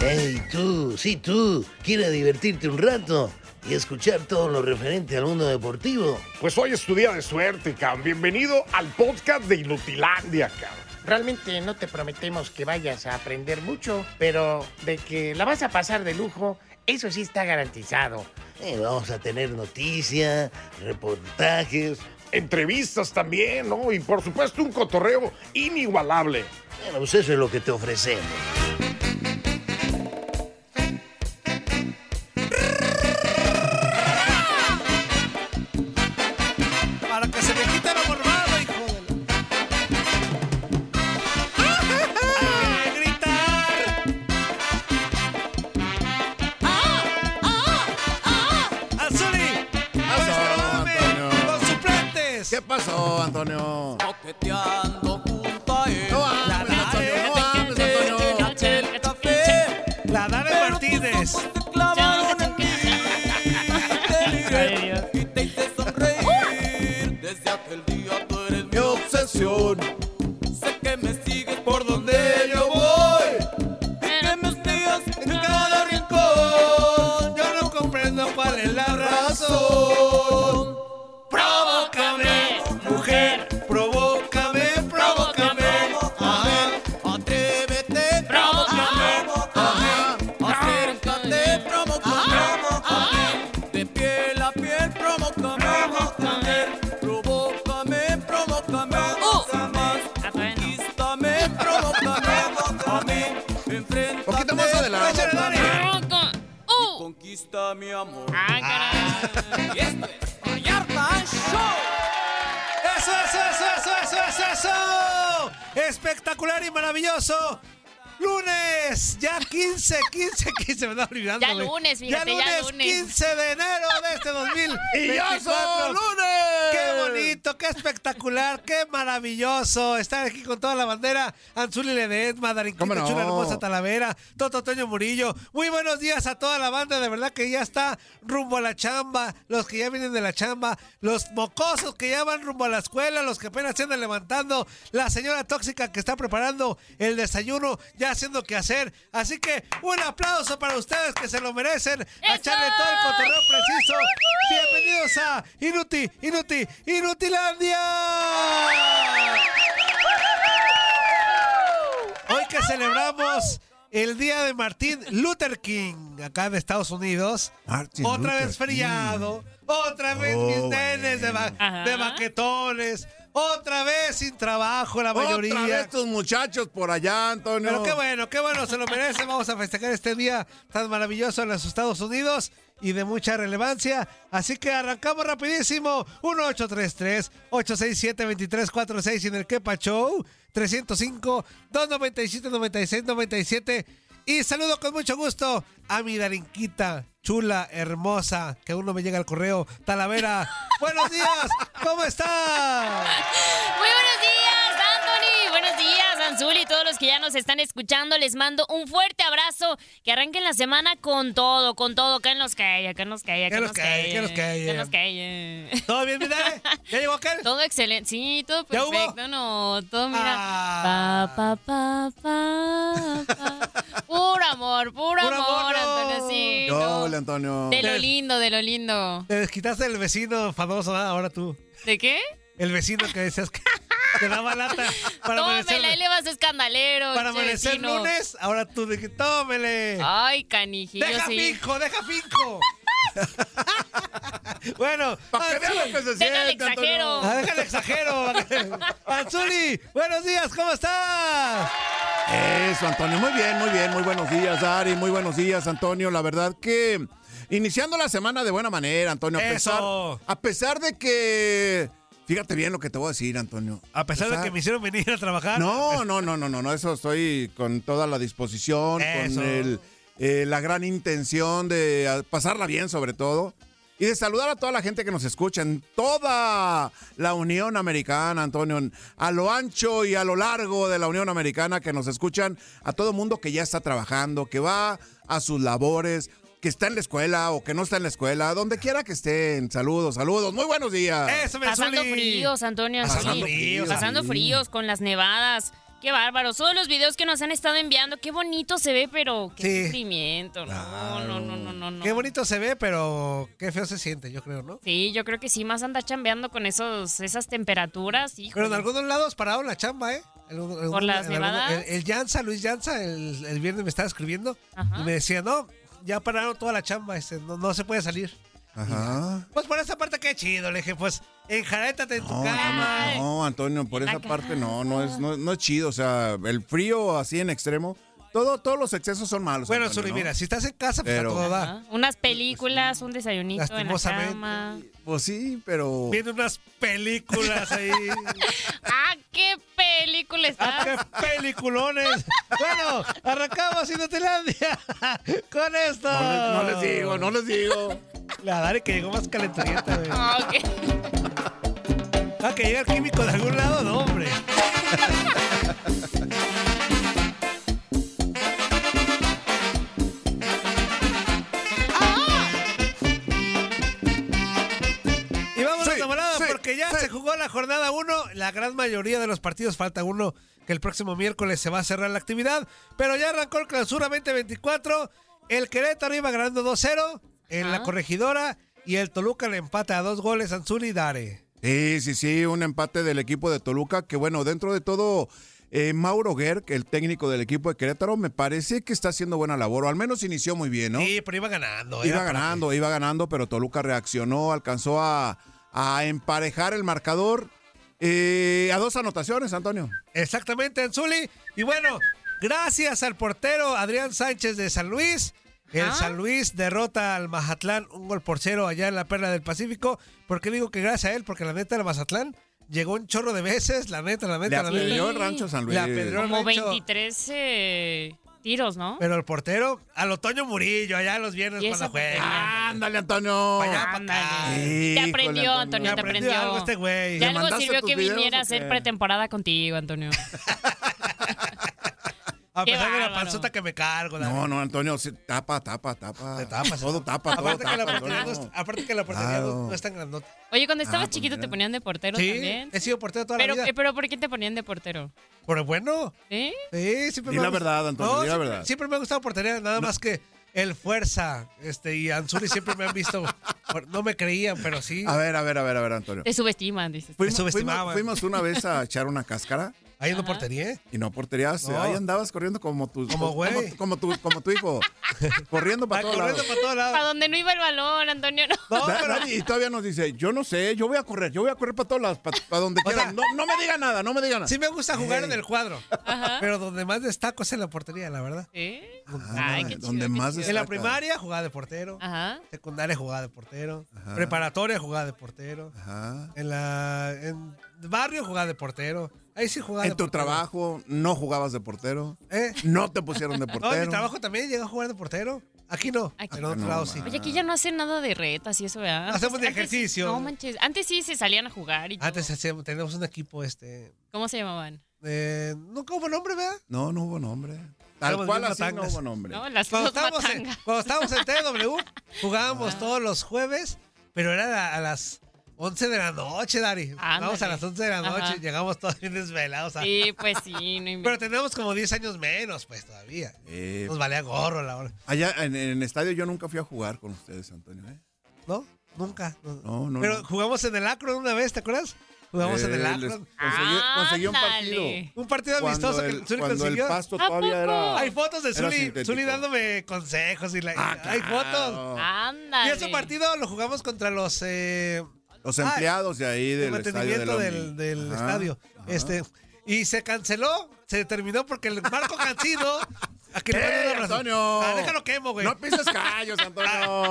Hey, tú, sí, tú, ¿quieres divertirte un rato y escuchar todo lo referente al mundo deportivo? Pues hoy es tu día de suerte, cabrón. Bienvenido al podcast de Inutilandia, cabrón. Realmente no te prometemos que vayas a aprender mucho, pero de que la vas a pasar de lujo, eso sí está garantizado. Eh, vamos a tener noticias, reportajes. Entrevistas también, ¿no? Y por supuesto un cotorreo inigualable. Bueno, pues eso es lo que te ofrecemos. Para que se me quite la mormada, hijo de la... ¡Hay que gritar! ¡Azuli! ¡A este volumen! ¡Los suplentes! ¿Qué pasó, Antonio? Coqueteando junto a él. No hables, la Antonio, Dare no hables, Antonio. del café. La Dare Martínez. pues, Clavaron en mí. Te miré y te hice sonreír. Desde aquel día tú eres mi obsesión. Sé que me sigues por donde yo voy. Y que me hostigas en cada rincón. Yo no comprendo cuál es la razón. Provócame, mujer, provócame, provócame. A ver, atrévete, provócame. A ver, acércate, provócame. A ver, de piel a piel, provócame. A ver, provócame, provócame. Uh. Jamás conquístame, provócame. A mí, enfréntate. Poquito más adelante. Échale, Dani. ¡Uh! Conquista mi amor. ¡Ay, caray! Y esto es Vallarta Show. ¡Eso, eso, eso, eso, eso, eso, eso! Espectacular y maravilloso. Lunes, ya 15, 15, 15, me está olvidando. Ya güey. lunes, fíjate, ya lunes, lunes. 15 de enero de este 2024. lunes! ¡Qué bonito, qué espectacular, qué maravilloso! Estar aquí con toda la bandera. Anzuli Ledesma, Madarinquita, ¿Cómo no? Chula Hermosa Talavera, Toto Toño Murillo. Muy buenos días a toda la banda, de verdad que ya está rumbo a la chamba, los que ya vienen de la chamba, los mocosos que ya van rumbo a la escuela, los que apenas se andan levantando, la señora tóxica que está preparando el desayuno, ya haciendo que hacer. Así que un aplauso para ustedes que se lo merecen. A ¡Eso! echarle todo el cotorreo preciso. Bienvenidos a Inuti, Inuti, Inutilandia. Hoy que celebramos el día de Martín Luther King, acá de Estados Unidos. Martin otra Luther vez King. friado, otra vez Oh, mis nenes de, ba- Ajá. de baquetones, otra vez sin trabajo la mayoría. Otra vez tus muchachos por allá, Antonio. Pero qué bueno, qué bueno, se lo merece. Vamos a festejar este día tan maravilloso en los Estados Unidos y de mucha relevancia. Así que arrancamos rapidísimo. 1-833-867-2346 en el Kepa Show. 305-297-9697. Y saludo con mucho gusto a mi Darinquita, chula, hermosa, que aún no me llega el correo, Talavera. Buenos días, ¿cómo estás? Muy buenos días, Anthony. Buenos días, Anzuli. Y todos los que ya nos están escuchando, les mando un fuerte abrazo. Que arranquen la semana con todo, con todo. Que nos caiga, que nos caiga, Que que nos nos caiga, caiga. que nos caiga. Que nos caiga. ¿Todo bien, mi Dare? ¿Ya llegó aquel? Todo excelente. Sí, todo ¿Ya hubo? perfecto. No, todo mira. Ah. Pa, pa, pa, pa, pa. Puro amor, puro, Puro amor, amor, no. Antonio. Sí, Yo, no. hola, Antonio. De lo lindo, de lo lindo. Te desquitaste del vecino famoso, ¿verdad? ahora tú. ¿De qué? El vecino que decías que te daba lata para amanecer, Tómela, ahí le vas a escandalero. para che, amanecer vecino. lunes. Ahora tú dije, tómele. Ay, canijillo, deja sí. finco, deja finco. bueno, Para que vean Anzuli- lo que se Déjale siente, Antonio. exagero. Ah, déjale exagero. Anzuli, buenos días, ¿cómo estás? Eso, Antonio. Muy bien, muy bien. Muy buenos días, Ari. Muy buenos días, Antonio. La verdad que iniciando la semana de buena manera, Antonio. A pesar, Eso. a pesar de que Fíjate bien lo que te voy a decir, Antonio. A pesar de que me hicieron venir a trabajar. No, no, no, no, no, no. Eso estoy con toda la disposición, Eso. con el, eh, la gran intención de ah, pasarla bien, sobre todo. Y de saludar a toda la gente que nos escucha en toda la Unión Americana, Antonio, en- a lo ancho y a lo largo de la Unión Americana que nos escuchan, a todo mundo que ya está trabajando, que va a sus labores, que está en la escuela o que no está en la escuela, donde quiera que estén. Saludos, saludos, muy buenos días. Eso me Pasando Zuli. fríos, Antonio. Pasando sí. fríos, Pasando sí. fríos con las nevadas. Qué bárbaro. Todos los videos que nos han estado enviando, qué bonito se ve, pero qué Sí. sufrimiento. No, no, no, no, no, no. Qué bonito se ve, pero qué feo se siente, yo creo, ¿no? Sí, yo creo que sí, más anda chambeando con esos, esas temperaturas. hijo. Pero en algunos lados pararon la chamba, ¿eh? En algún- ¿Por en algún- las en algún- nevadas? el, el Llanza, Luis Llanza, el, el viernes me estaba escribiendo Ajá. y me decía, no, ya pararon toda la chamba, este, no, no se puede salir. Ajá. Pues por esa parte qué chido, le dije, pues enjarétate en tu No, cama. Antonio, no, Antonio, por En la esa parte no, no es, no, no es chido. O sea, el frío así en extremo, todo, todos los excesos son malos. Bueno, Antonio, Zuli, ¿no? mira, si estás en casa, pues Pero- a todo Ajá. da. Unas películas, un desayunito en la Lastimosamente. cama. Pues sí, pero. Viendo unas películas ahí. ¡Ah, qué película ¡Ah, está! qué peliculones! Bueno, arrancamos Inutilandia con esto. No, les digo, no les digo. La Dari que llegó más calenturienta, güey. Ah, ok. Ah, que llega el químico de algún lado, no, hombre. Y vámonos Sí, de volada, sí, porque ya sí. se jugó la jornada 1. La gran mayoría de los partidos, falta uno que el próximo miércoles se va a cerrar la actividad. Pero ya arrancó el clausura 2024. El Querétaro iba ganando 2-0 en la Ajá. corregidora. Y el Toluca le empata a dos goles a Anzuli y Dare. Sí, sí, sí, un empate del equipo de Toluca, que bueno, dentro de todo, eh, Mauro Gerg, el técnico del equipo de Querétaro, me parece que está haciendo buena labor, o al menos inició muy bien, ¿no? Sí, pero iba ganando. ¿eh? Iba era para ganando, iba ganando, pero Toluca reaccionó, alcanzó a, a emparejar el marcador eh, a dos anotaciones, Antonio. Exactamente, Anzuli. Y bueno, gracias al portero Adrián Sánchez de San Luis. El Ajá. San Luis derrota al Mazatlán un gol por cero allá en la Perla del Pacífico. ¿Por qué digo que gracias a él? Porque la neta, el Mazatlán llegó un chorro de veces. La neta, la Le neta, la neta. apedreó el rancho San Luis. Le apedreó el Como rancho. 23 eh, tiros, ¿no? Pero el portero, al Otoño Murillo, allá los viernes Y cuando esa- juega. Ándale, Antonio. Para allá. Ándale. Te Híjole, aprendió, Antonio. Antonio, te Aprendió aprendió. algo este güey. De ¿Le algo mandaste sirvió tus que videos viniera a o hacer qué? pretemporada contigo, Antonio. A Qué pesar de la bárbaro. panzota que me cargo. la No, neta. no, Antonio, sí, tapa, tapa, tapa. Te tapas. Todo tapa, todo Aparte que la tapa. portería no Antonio. es- aparte que la portería Claro. no no es tan grandota. Oye, cuando estabas pues chiquito te mira. ponían de portero Sí, también. he sido portero toda Pero, la vida. eh, pero ¿por qué te ponían de portero? Pero bueno, ¿Eh? sí, siempre Di me la ha gust- verdad, Antonio, di la siempre, verdad. Siempre me ha gustado portería, nada más que el Fuerza este, y Anzuri siempre me han visto. por- no me creían, pero sí. A ver, a ver, a ver, a ver, Antonio. Te subestiman, dices. Me subestimaban. fuimos una vez a echar una cáscara eh. Ahí no portería, ¿eh? y no porterías. No. Ahí andabas corriendo como tu, Como güey. Como, como tu, como tu hijo. corriendo para Ah, todos corriendo lados. para todos Para lados. donde no iba el balón, Antonio, no. No, Da- pero- Dani, y todavía nos dice, yo no sé, yo voy a correr, yo voy a correr para todos lados, para, donde O sea, quieran. no, no me diga nada, no me diga nada. sí me gusta jugar en el cuadro. Ajá. Pero donde más destaco es en la portería, la verdad. ¿Eh? Ah, Ay, qué chido, donde qué más chido. En la Destaca. primaria jugaba de portero. Ajá. Secundaria jugaba de portero. Preparatoria jugaba de portero. Ajá. En la. En barrio jugaba de portero. Ahí sí jugaba En de tu portero. trabajo no jugabas de portero, ¿Eh? no te pusieron de No, en mi portero. trabajo también llega a jugar de portero. Aquí no. Aquí en otro Ah, no, lado sí. man. Oye, aquí ya no hacen nada de retas y eso, ¿verdad? Hacemos de antes- ejercicio. No manches. Antes sí se salían a jugar y todo. Antes Ah, hacíamos, teníamos un equipo, este. ¿Cómo se llamaban? eh, nunca hubo nombre, ¿verdad? No, no hubo nombre. Tal Éramos cual bien así no matangas. hubo nombre. ¿No? Las Cuando dos estábamos, en, matangas. cuando estábamos en TW, Ah. jugábamos todos los jueves, pero era a, a las 11 de la noche, Dari. Vamos a Ándale. las 11 de la noche, Ajá. llegamos todos bien desvelados. a- Sí, pues sí, no Pero inventes. teníamos como 10 años menos, pues todavía. Eh, Nos valía gorro la hora. allá en, en el estadio yo nunca fui a jugar con ustedes, Antonio. ¿eh? ¿No? Nunca. no. No, no, pero no. jugamos en el Akron una vez, ¿te acuerdas? Jugamos en el Eh, les Akron. Conseguí, conseguí un partido. Ándale. Un partido amistoso Cuando que el, el Zuli cuando el consiguió. pasto ¿A todavía poco? era. Hay fotos de Era Zuli, sintético. Zuli dándome consejos y la, Ah, hay fotos. claro. Ándale. Y ese partido lo jugamos contra los eh, Los Ah, empleados de ahí de del estadio de la mantenimiento Uni. del, del Ajá, estadio. ajá. Este, y se canceló, se terminó porque el Marco Cancino A que le mande ¡Ey, un abrazo. ¡Eh, Antonio! Ah, déjalo quemo, güey. Ah, No pises callos, Armó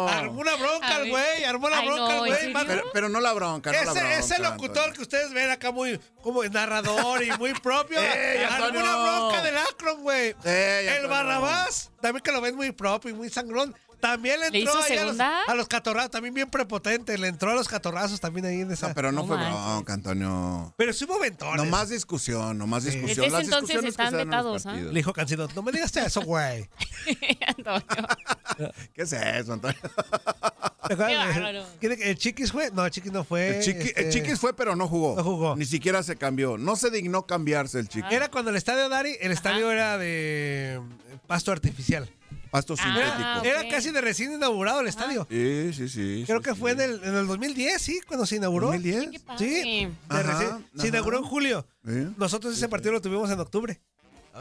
Antonio. una A bronca, el ver. güey. Armó la Ay, bronca, el no, ¿en güey. serio? Más- Pero, pero no la bronca, no la bronca, Ese, ese locutor Antonio. que ustedes ven acá muy como narrador y muy propio. ¡Ey, Antonio! Alguna bronca del Akron, güey. ¡Ey, el Antonio! Barrabás, también que lo ven muy propio y muy sangrón. También le ¿Le entró hizo ahí a los, segunda? a los catorrazos, también bien prepotente. Le entró a los catorrazos también ahí en esa. No, pero, pero no No fue manches. bronca, Antonio. sí hubo ventones. Nomás discusión, nomás discusión. Desde ese Las entonces discusiones que están se dan en los vetados, ¿ah? partidos. Le dijo Cancino, no me digas eso, güey. Antonio. ¿Qué es eso, Antonio? ¿Te acuerdas? Qué bárbaro. ¿Quién- ¿El Chiquis fue? No, el Chiquis no fue. El, chiqui, el este, Chiquis fue, pero no jugó. No jugó. Ni siquiera se cambió. No se dignó cambiarse el Chiquis. Era cuando el estadio Dari, el estadio era de eh, pasto artificial. Pasto sintético. Ah, ok. Ah. Era casi de recién inaugurado el estadio. Sí, sí, sí. Creo sí, que sí. fue en el, en el 2010, sí, cuando se inauguró. 2010. Qué padre. Sí, de Ajá, recién- ajá. se inauguró en julio. Sí. Nosotros ese partido lo tuvimos en octubre.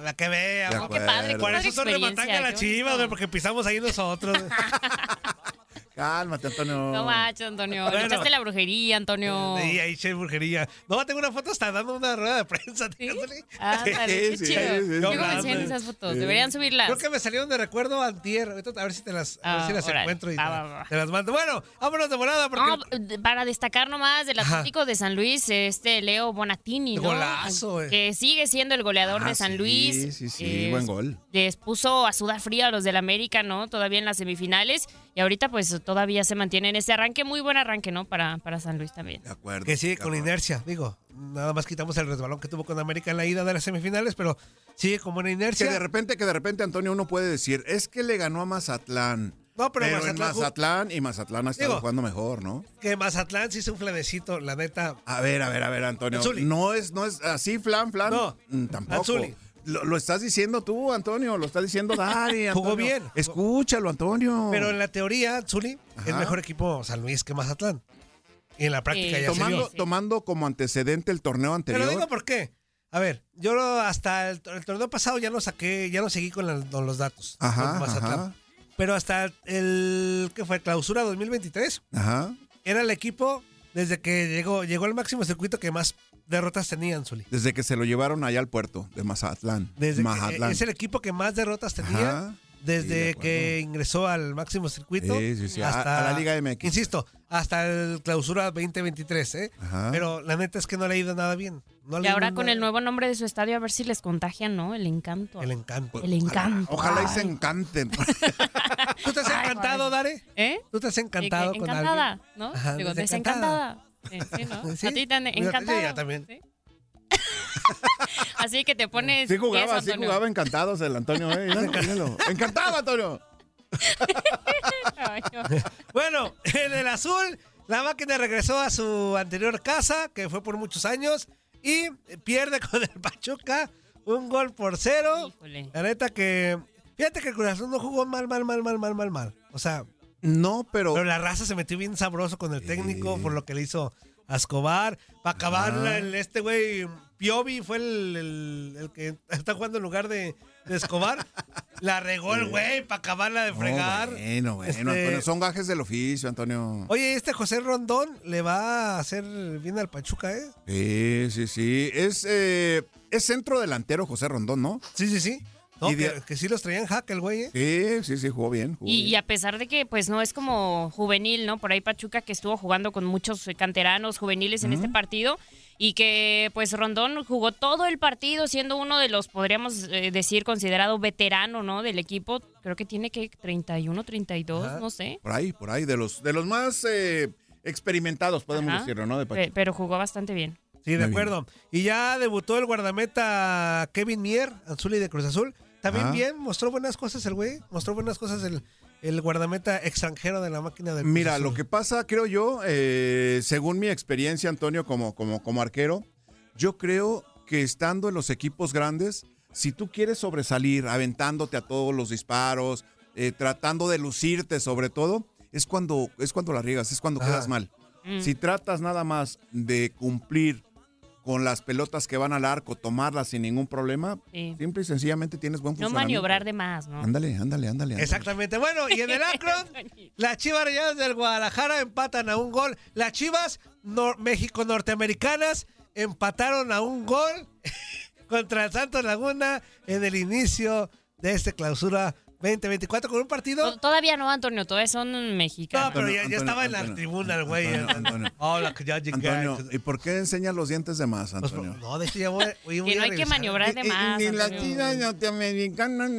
La que vea. De mo- Qué padre, qué Por padre eso son experiencia. rematanga la qué chiva, güey, bonito. porque pisamos ahí nosotros. güey. Cálmate, Antonio. No macho, Antonio. Le Mm. Bueno. echaste la brujería, Antonio. Y ahí che brujería. No, tengo una foto hasta dando una rueda de prensa. ¿Sí? fíjate. Ah, qué chido. sí, sí, sí. Yo Hablando. conocía esas fotos. Deberían subirlas. Creo que me salieron de recuerdo antier. Ahorita A ver si te las, a ver Ah, si las órale. encuentro y Va, te, va, va. te las mando. Bueno, vámonos de volada porque... No, de- para destacar nomás del Ajá. Atlético de San Luis, este Leo Bonatini, ¿no? Golazo, eh. que sigue siendo el goleador Ah, de San sí, Luis. sí, sí, buen gol. Les puso a sudar frío a los del América, ¿no? Todavía en las semifinales. Y ahorita, pues, todavía se mantiene en ese arranque. Muy buen arranque, ¿no? Para, para San Luis también. De acuerdo. Que sigue de con acuerdo. inercia, digo. Nada más quitamos el resbalón que tuvo con América en la ida de las semifinales, pero sigue como una Que de inercia. repente, que de repente, Antonio, uno puede decir, es que le ganó a Mazatlán. No, pero en Mazatlán jug- Mazatlán y Mazatlán ha estado Digo- jugando mejor, ¿no? Que Mazatlán sí es un flanecito, la neta. A ver, a ver, a ver, Antonio. Anzuli. No es, no es así, flan, flan. No. Mm, Tampoco. Anzuli. Lo, lo estás diciendo tú, Antonio. Lo estás diciendo Dari. Jugó Antonio. bien. Escúchalo, Antonio. Pero en la teoría, Zuli, es Ajá. mejor equipo San Luis que Mazatlán. Y en la práctica Eh, ya se tomando, vio. Sí. tomando como antecedente el torneo Te anterior. lo digo por qué. A ver, yo lo- hasta el, el torneo pasado ya lo saqué, ya lo seguí con, la- con los datos. Ajá, con Mazatlán. ajá. Pero hasta el que fue clausura 2023, Ajá. era el equipo desde que llegó, llegó al máximo circuito que más derrotas tenían, Zuli. Desde que se lo llevaron allá al puerto de Mazatlán. Desde que, eh, Mazatlán. E, es el equipo que más derrotas tenía Ajá. Sí, de desde acuerdo. que ingresó al máximo circuito Sí, sí, sí, a- hasta a la Liga MX. Insisto, hasta el clausura 2023, ¿eh? Ajá. Pero la neta es que no le ha ido nada bien. No le Y ha ido ahora nada- con el nuevo nombre de su estadio, a ver si les contagian, ¿no? El encanto. El encanto. El encanto. Ojalá y se Ay. encanten. ¿Tú te has encantado, Dare? ¿Eh? ¿Tú te has encantado Eh, con encantada, alguien? ¿no? Ajá, Digo, desencantada. desencantada. Eh, sí, ¿no? Sí. A ti te han Yo- yo encantado. ya también. ¿sí? así que te pones. Sí jugaba, tieso, sí Antonio. jugaba encantados el Antonio. Eh. Míralo, míralo. Encantado, Antonio. Ay, no. Bueno, en el azul, la máquina regresó a su anterior casa, que fue por muchos años, y pierde con el Pachuca un gol por cero. Híjole. La neta que. Fíjate que el Cruz Azul no jugó mal, mal, mal, mal, mal, mal, mal. O sea, No, pero. pero la raza se metió bien sabroso con el técnico por lo que le hizo a Escobar. Para acabar, Ah. el- este güey, Piovi fue el, el- el que está jugando en lugar de, de Escobar. la regó el güey para acabarla de No, fregar. bueno, bueno, Este, Antonio. Son gajes del oficio, Antonio. Oye, este José Rondón le va a hacer bien al Pachuca, ¿eh? Sí, sí, sí. Es, eh, es centro delantero José Rondón, ¿no? Sí, sí, sí. No, Y de- que, que sí los traían hack el güey, ¿eh? Sí, sí, sí, jugó bien. jugó Y, bien. y a pesar de que pues no es como juvenil, ¿no? Por ahí Pachuca que estuvo jugando con muchos eh, canteranos juveniles en este partido y que pues Rondón jugó todo el partido siendo uno de los, podríamos eh, decir, considerado veterano, ¿no? Del equipo. Creo que tiene que 31, 32, Ajá. no sé. Por ahí, por ahí. De los, de los más eh, experimentados, podemos Ajá. decirlo, ¿no? De Pe- Pachuca. Pero jugó bastante bien. Sí, de Muy bien. acuerdo. Y ya debutó el guardameta Kevin Mier, Azul y de Cruz Azul. También Ajá. bien, mostró buenas cosas el güey. Mostró buenas cosas el, el guardameta extranjero de la máquina de Mira, lo que pasa, creo yo, eh, según mi experiencia, Antonio, como, como, como arquero, yo creo que estando en los equipos grandes, si tú quieres sobresalir, aventándote a todos los disparos, eh, tratando de lucirte sobre todo, es cuando, es cuando la riegas, es cuando Ajá. quedas mal. Mm. Si tratas nada más de cumplir con las pelotas que van al arco, tomarlas sin ningún problema, Sí. simple y sencillamente tienes buen No funcionamiento. maniobrar de más, ¿no? Ándale, ándale, ándale. ándale. Exactamente. Bueno, y en el Akron, las Chivas Rayadas del Guadalajara empatan a un gol. Las Chivas nor- México norteamericanas empataron a un gol contra el Santos Laguna en el inicio de este clausura 2024 con un partido. To- Todavía no, Antonio, todavía son mexicanos. No, pero ya, ya Antonio, estaba en la Antonio, tribuna el güey. Antonio, Antonio. Hola, que ya llegué. Antonio, ¿y por qué enseñas los dientes de más, Pues, Antonio? no, de hecho ya voy, voy- voy que no a hay que regresar. maniobrar de más. ni las Antonio. chinas norteamericanas.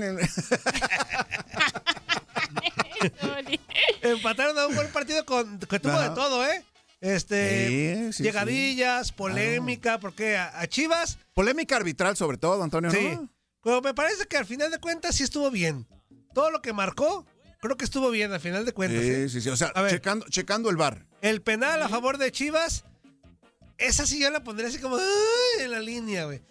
Sorry. Empataron a un buen partido con, que tuvo Ajá. de todo, ¿eh? Este, Sí, sí, llegadillas, polémica, porque a, a Chivas, Polémica arbitral, sobre todo, Antonio. ¿no? sí. Pero me parece que al final de cuentas sí estuvo bien. Todo lo que marcó, creo que estuvo bien al final de cuentas. ¿eh? Sí, sí, sí. O sea, A ver. checando, checando el bar. El penal a favor de Chivas, esa sí yo la pondría así como "Ay", en la línea, güey.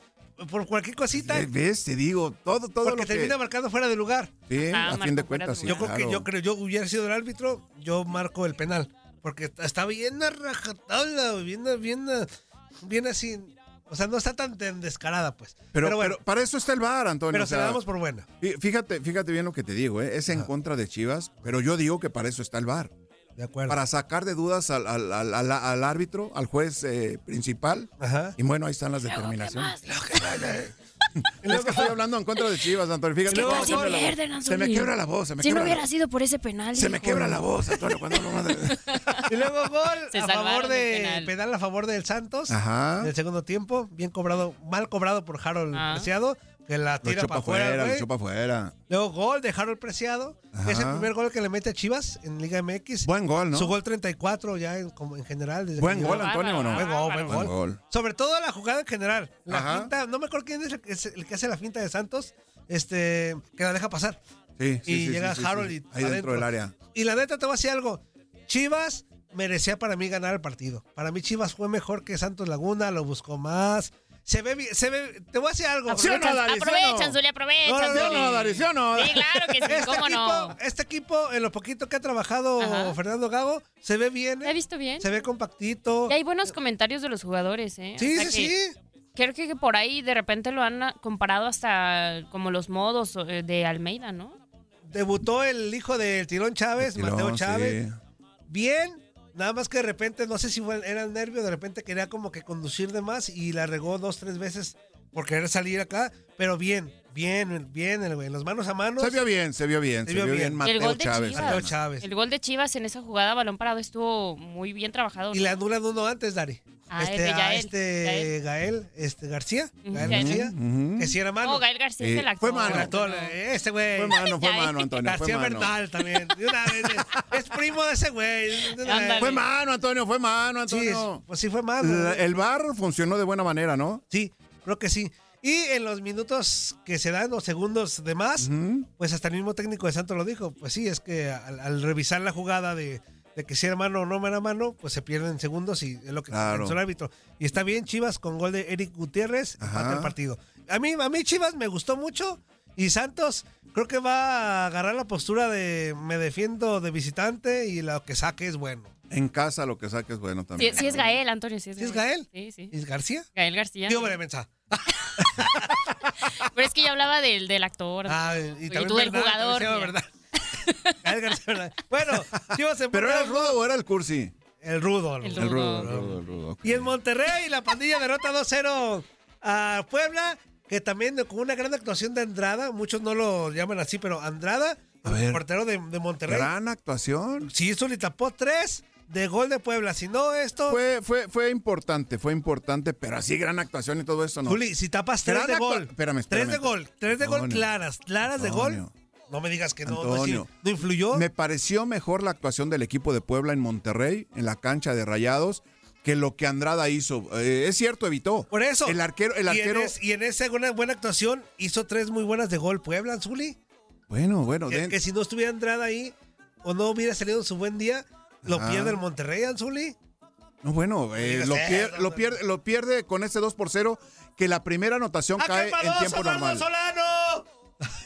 Por cualquier cosita, ¿Ves? Te digo, todo, todo porque lo que... termina marcando fuera de lugar. Sí, Ah, a marcó fin de fuera de cuentas, sí, Yo creo claro. que yo creo, yo hubiera sido el árbitro, yo marco el penal. Porque está bien a rajatabla, güey, bien, a- bien, a- bien así. O sea, no está tan, tan descarada, pues. Pero, Pero, bueno, pero para eso está el bar, Antonio. pero o se sea, la damos por buena. fí- Fíjate, fíjate bien lo que te digo, ¿eh? es en contra de Chivas, pero yo digo que para eso está el bar. De acuerdo. Para sacar de dudas al, al- al- al- al árbitro, al juez eh, principal. Ajá. Y bueno, ahí están las determinaciones. es que estoy hablando en contra de Chivas, Antonio. Fíjate, eh. que cómo casi cambia la voz. pierden, se me Antonio. quiebra la voz, se me Si no quiebra la hubiera sido por ese penal. Se me hijo. quiebra la voz, Antonio, cuando hablo de... Y luego gol Se a salvaron favor del de penal. penal. a favor del Santos. Ajá. En el segundo tiempo, bien cobrado, mal cobrado por Harold Ah. Preciado, que la Lo tira echó para para afuera. afuera, lo güey. echó para afuera. Luego gol de Harold Preciado. que Es el Ajá. primer gol que le mete a Chivas en Liga MX. Buen gol, ¿no? Su gol 34 ya en, como en general. desde Buen que gol, llegó. Antonio, ¿o no? Buen gol, buen Buen gol. gol. Sobre todo la jugada en general. La Ajá. finta, no me acuerdo quién es el, que- es el que hace la finta de Santos, este, que la deja pasar. Sí, sí, y sí, llega sí, sí, Harold sí. y Ahí adentro. dentro del área. Y la neta te voy a decir algo. Chivas merecía para mí ganar el partido. Para mí Chivas fue mejor que Santos Laguna, lo buscó más. Se ve, bien- se ve, te voy a decir algo. Ah, ¿Sí o no, Dari? ¿Sí o no? Aprovechan, Zuli, aprovechan. ¿Sí o no, Zuli. Dari? ¿Sí o no? Sí, claro que sí, Este cómo no. equipo, este equipo, en lo poquito que ha trabajado Ajá. Fernando Gago, se ve bien, ¿La he ¿eh? visto bien? se ve compactito. Y hay buenos comentarios de los jugadores, ¿eh? Sí, O sea sí, que- sí. Creo que por ahí de repente lo han ah, comparado hasta como los modos eh, de Almeida, ¿no? Debutó el hijo del Tirón Chávez, Tirón, Mateo sí. Chávez. Bien, nada más que de repente, no sé si fue, era el nervio, de repente quería como que conducir de más y la regó dos, tres veces por querer salir acá, pero bien, bien, bien, el güey. Los manos a manos. Se vio bien, se vio bien, se vio bien Y el Mateo gol de Chávez. Chivas. Mateo Chávez. El gol de Chivas en esa jugada balón parado estuvo muy bien trabajado. Y ¿no? le anulan uno antes, Dari. Ah, el este, de a Yael, este Gael, este García. Ujú, Gael Yael. García. Ujú. Que si era mano. No, Gael García es Eh, el actor. eh, fue El mano. actor, eh, Este güey. Fue mano, fue mano, Antonio, fue García mano. Bernal también. De una vez, es, es primo de ese güey. de una vez. Ándale. Fue mano, Antonio, fue mano, Sí, es- Antonio. pues sí fue malo. La- el bar funcionó de buena manera, ¿no? Sí, creo que sí. Y en los minutos que se dan o segundos de más, Ujú. pues hasta el mismo técnico de Santos lo dijo. Pues sí, es que al, al revisar la jugada de, de que si era mano o no era mano, pues se pierden segundos y es lo que Claro. pensó el árbitro. Y está bien, Chivas con gol de Eric Gutiérrez, empata Ajá. el partido. A mí, a mí Chivas me gustó mucho y Santos creo que va a agarrar la postura de me defiendo de visitante y lo que saque es bueno. En casa lo que saques es bueno Sí, también. sí es Gael, Antonio, sí es ¿Sí Gael. es Sí, Gael? sí. ¿Y García? Gael García. Digo, hombre, mensa. Pero es que yo hablaba del, del actor. Ah, y, también tú del Bernal, también jugador, se llama mira. Bernal. Gael García Bernal. Bueno, Chivas empató ¿Pero era el rudo o era el cursi? el rudo. el El rudo. El rudo, el Rudo. rudo, el rudo. Y en Monterrey, la pandilla derrota 2-0 a Puebla, que también con una gran actuación de Andrada, muchos no lo llaman así, pero Andrada, A el ver. portero de, de Monterrey, Gran actuación. sí, solo le tapó 3 de gol de Puebla. Si no, esto, Fue, fue, fue importante, fue importante, pero así gran actuación y todo eso, ¿no? Juli, si tapas 3 Gran de actua- gol, Espérame, espérame. 3 de gol, 3 de gol Antonio. claras, claras de gol, Antonio. no me digas que no, no, Antonio. sí, no influyó. Me pareció mejor la actuación del equipo de Puebla en Monterrey, en la cancha de Rayados, que lo que Andrada hizo. Eh, es cierto, evitó. Por eso. El arquero, el y, en arquero. es- y en esa buena, buena actuación hizo tres muy buenas de gol Puebla, Zuli. Bueno, bueno, Que, den- que si no estuviera Andrada ahí o no hubiera salido en su buen día, lo Ajá. pierde el Monterrey, Anzuli. no, bueno, eh, digas lo, eso, pier- lo hombre. pierde, lo pierde con este 2 por 0, que la primera anotación ¡Ah, cae en tiempo normal. Solano!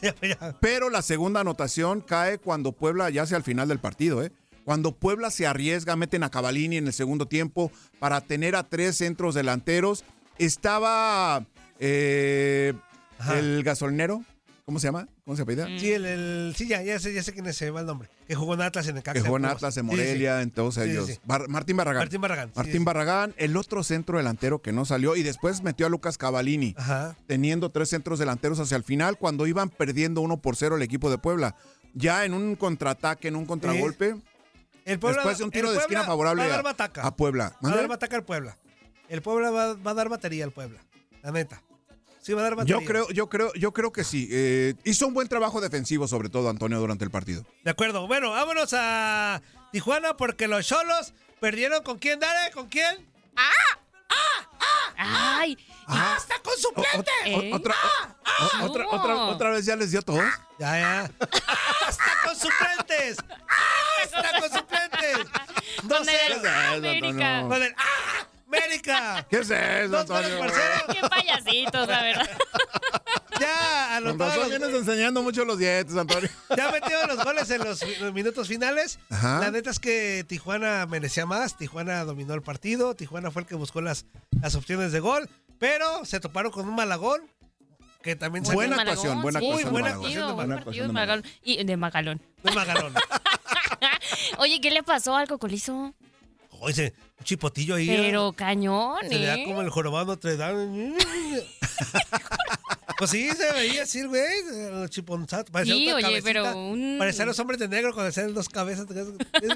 Ya, ya. Pero la segunda anotación cae cuando Puebla, ya sea al final del partido, ¿eh? Cuando Puebla se arriesga, meten a Cavalini en el segundo tiempo para tener a tres centros delanteros. Estaba eh, Ajá. el gasolinero, ¿Cómo se llama? ¿Cómo se apellida? Sí, el, el- sí ya, ya sé, ya sé quién es, se me va el nombre. Que jugó en Atlas en el Que jugó en Atlas, en Morelia, en todos ellos. Bar- Martín Barragán. Martín Barragán, sí, Martín sí. Barragán, el otro centro delantero que no salió y después metió a Lucas Cavalini, Ajá. teniendo tres centros delanteros hacia el final cuando iban perdiendo uno por cero el equipo de Puebla. Ya en un contraataque, en un contragolpe, El después de un tiro el de esquina Puebla favorable Va a a, dar bataca. a Puebla. va a ¿Mande? dar bataca al Puebla. El Puebla va, va a dar batería al Puebla. La neta. Sí, va a dar batería. Yo creo, yo creo, yo creo que sí. Eh, hizo un buen trabajo defensivo, sobre todo Antonio, durante el partido. De acuerdo. Bueno, vámonos a Tijuana porque los Cholos perdieron con quién, Dale, con quién. Ay, Ah, ¡Está con su plente! ¿eh? otra, Ah, o- Ah, otra, no. otra, otra vez ya les dio todos. Ya, ya. ¡Hasta con suplentes! ¡Hasta con suplentes! No Con el sé. América. Antonio? Con el ¡Ah! ¡América! ¿Qué es eso, Dos goles Antonio? por cero. Qué payasitos, la verdad. Ya, a los Con razón vienes enseñando mucho los dientes, Antonio. Ya metieron los goles en los, los minutos finales. Ajá. La neta es que Tijuana merecía más. Tijuana dominó el partido. Tijuana fue el que buscó las, las opciones de gol. Pero se toparon con un malagón que también se Buena Malagón, actuación, buena sí, actuación de buen Malagón. partido, Buena buen partido de Malagón. Y de Magalón. un magalón. Oye, ¿qué le pasó al cocolizo? Oye, ese chipotillo ahí. ¿eh? Pero cañón, Se veía ¿eh? como el jorobado Notre Dame. Pues sí, se veía así, el güey. el Chiponzato. Parecía Sí, una oye, cabecita. pero un- Parecían los hombres de negro cuando hacían dos cabezas.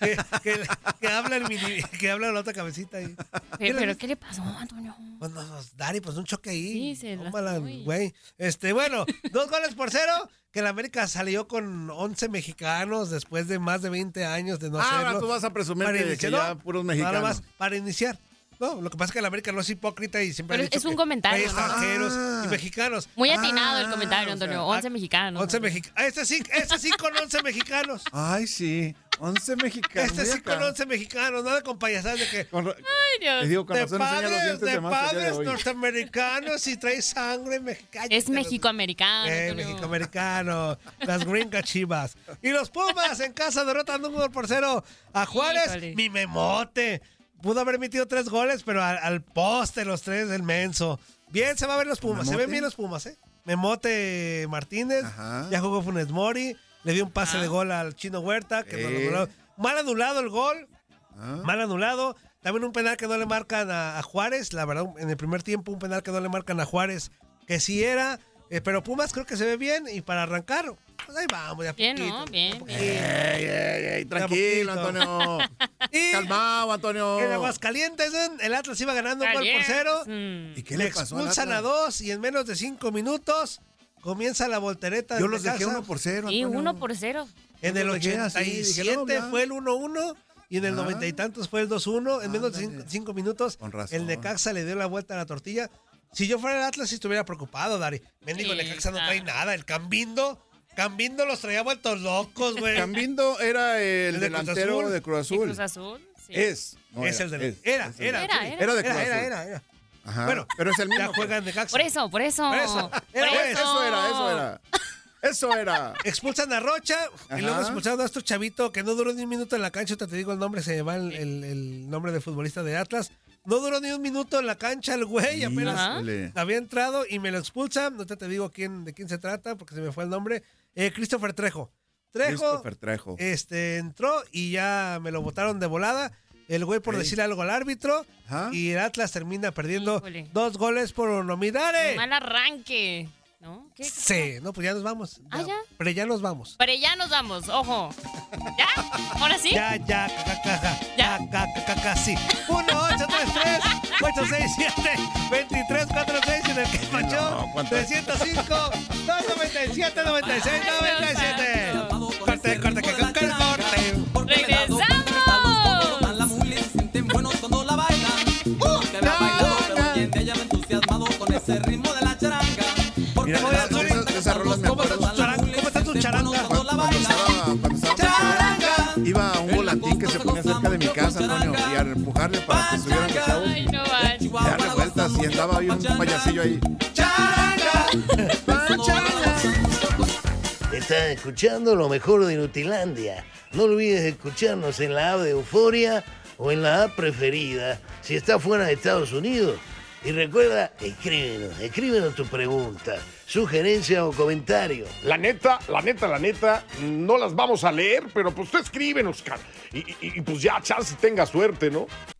que, que, que habla el mini- que habla la otra cabecita ahí. Pe- ¿Pero qué le pasó, Antonio? Pues no, no, Dari, pues un choque ahí. Sí, se las- Tómala, uy. güey. Este, bueno, dos goles por cero. Que la América salió con 11 mexicanos después de más de 20 años de no Ah, Ahora hacerlo. tú vas a presumir que, que iniciar, ya no, puros Nada mexicanos. más, para iniciar. No, lo que pasa es que la América no es hipócrita y siempre Pero ha es- dicho es un que comentario, hay ¿no? extranjeros Ah. y mexicanos. Muy atinado el Ah, comentario, o sea, Antonio. ah, 11 mexicanos. 11 mexicanos. Este sí, este sí con 11 mexicanos. Ay, sí. 11 mexicanos. Este sí con 11 mexicanos. Nada con payasadas de que... Con ra- Ay, Dios. te digo, con De razón enseña los padres, dientes de de más el día de padres hoy. norteamericanos y trae sangre mexicana. Es mexicoamericano. Eh, Antonio. mexicoamericano, las gringas chivas. Y los Pumas en casa derrotan un gol por cero a Juárez. Híjole. Mi memote. Pudo haber metido tres goles, pero al, al poste los tres del menso. Bien, se va a ver los Pumas. Se ven ¿Memote? bien los Pumas, ¿eh? Memote Martínez. Ajá. Ya jugó Funes Mori. Le dio un pase de gol al Chino Huerta, que no lo Eh. anuló. Mal anulado el gol. Ah. Mal anulado. También un penal que no le marcan a, a Juárez. La verdad, en el primer tiempo, un penal que no le marcan a Juárez. Que sí era. eh, pero Pumas creo que se ve bien. Y para arrancar, pues ahí vamos. de a Bien, poquito, ¿no? de a Bien, poquito. Ey, ey, ey, tranquilo, poquito. Antonio. Y Calmado, Antonio. en Aguascalientes, ¿eh? el Atlas iba ganando un gol por cero. Mm. ¿Y qué le le pasó al expulsan a Atlas? dos. Y en menos de cinco minutos comienza la voltereta. Yo desde los dejé casa. uno por cero, Y Antonio. uno por cero. En el Yo los dejé así, dije, 87 no, ya. fue el 1-1 y en el Ah. 90 y tantos fue el 2-1. En menos de Ándale. 5 minutos, Con razón. el Necaxa le dio la vuelta a la tortilla. Si yo fuera el Atlas, sí estuviera preocupado, Dari. Mendigo, Sí, el Necaxa no claro. trae nada. El Cambindo, Cambindo los traía vueltos locos, güey. Cambindo era el, El de Cruz delantero Azul. de Cruz ¿Y Azul. Cruz Azul? Sí. Es. no es era, el de es, Era, es el era, de- Era, sí. era. Era de Cruz Era, era, Azul. era, era. Ajá. Bueno, pero es el mismo. Ya juega el Necaxa. Por eso, por eso. Por eso. Era Por eso. Eso era, eso era. Eso era. Expulsan a Rocha y Ajá. luego expulsaron a este chavito que no duró ni un minuto en la cancha. ahorita Te digo el nombre, se lleva el, el- el nombre de futbolista de Atlas. No duró ni un minuto en la cancha el güey, apenas Híjole. había entrado y me lo expulsan. No te digo quién, de quién se trata porque se me fue el nombre. Eh, Christopher Trejo. Trejo Christopher Trejo. este, entró y ya me lo botaron de volada. El güey por Ey. decir algo al árbitro Ajá. y el Atlas termina perdiendo Híjole. dos goles por uno. ¡Mirare! Mal arranque. ¿No? ¿Qué? Sí, no, pues ya nos vamos. Ah, ya. Pero ya nos vamos. Pero ya nos vamos, ojo. ¿Ya? ¿Ahora sí? Ya, ya, caca, ya, caca, casi. 1, 8, 3, 3, 8, 6, 7, 23, 4, 6, en el que No, machó, ¿cuánto? 305, 297, 96, 97. Corte, corte, que con el corte. ¡Regresamos! La muli se sienten buenos cuando la bailan. Nunca había bailado, pero quien de ella me ha entusiasmado con ese ritmo de la charanga. Porque Mira, voy a esa- hacer esa- esa rola me ¿Cómo está tu acuerdo. charanga? ¿Cómo está tu charanga? Cuando la bailan. Cuando estaba- Charanga. Iba a un volantín que se ponía cerca de mi casa, Antonio, y a empujarle para que subieran los chavos. Ay, no vale. Y darle vueltas y andaba ahí un payasillo ahí. Estás escuchando lo mejor de Nutilandia. No olvides escucharnos en la app de Euforia o en la app preferida si estás fuera de Estados Unidos. Y recuerda, escríbenos, escríbenos tu pregunta, sugerencia o comentario. La neta, la neta, la neta, no las vamos a leer, pero pues tú escríbenos, car- y, y- y pues ya, chance tenga suerte, ¿no?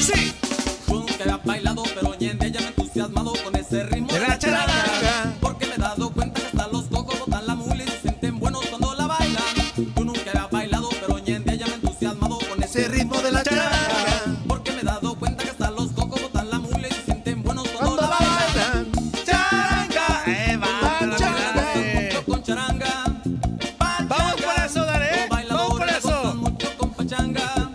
Sí. Tú nunca habías bailado, pero hoy en día ya me he entusiasmado con ese ritmo. De la charanga. Porque me he dado cuenta que hasta los cocos botan la mula y se sienten buenos cuando la bailan. Tú nunca habías bailado, pero hoy en día ya me he entusiasmado con ese ritmo de la charanga. Porque me he dado cuenta que hasta los cocos botan la mula y se sienten buenos cuando la bailan. Charanga, eh, la charanga, eh. con charanga. Vamos por eso, dale, eh. Vamos por eso. Mucho con pachanga.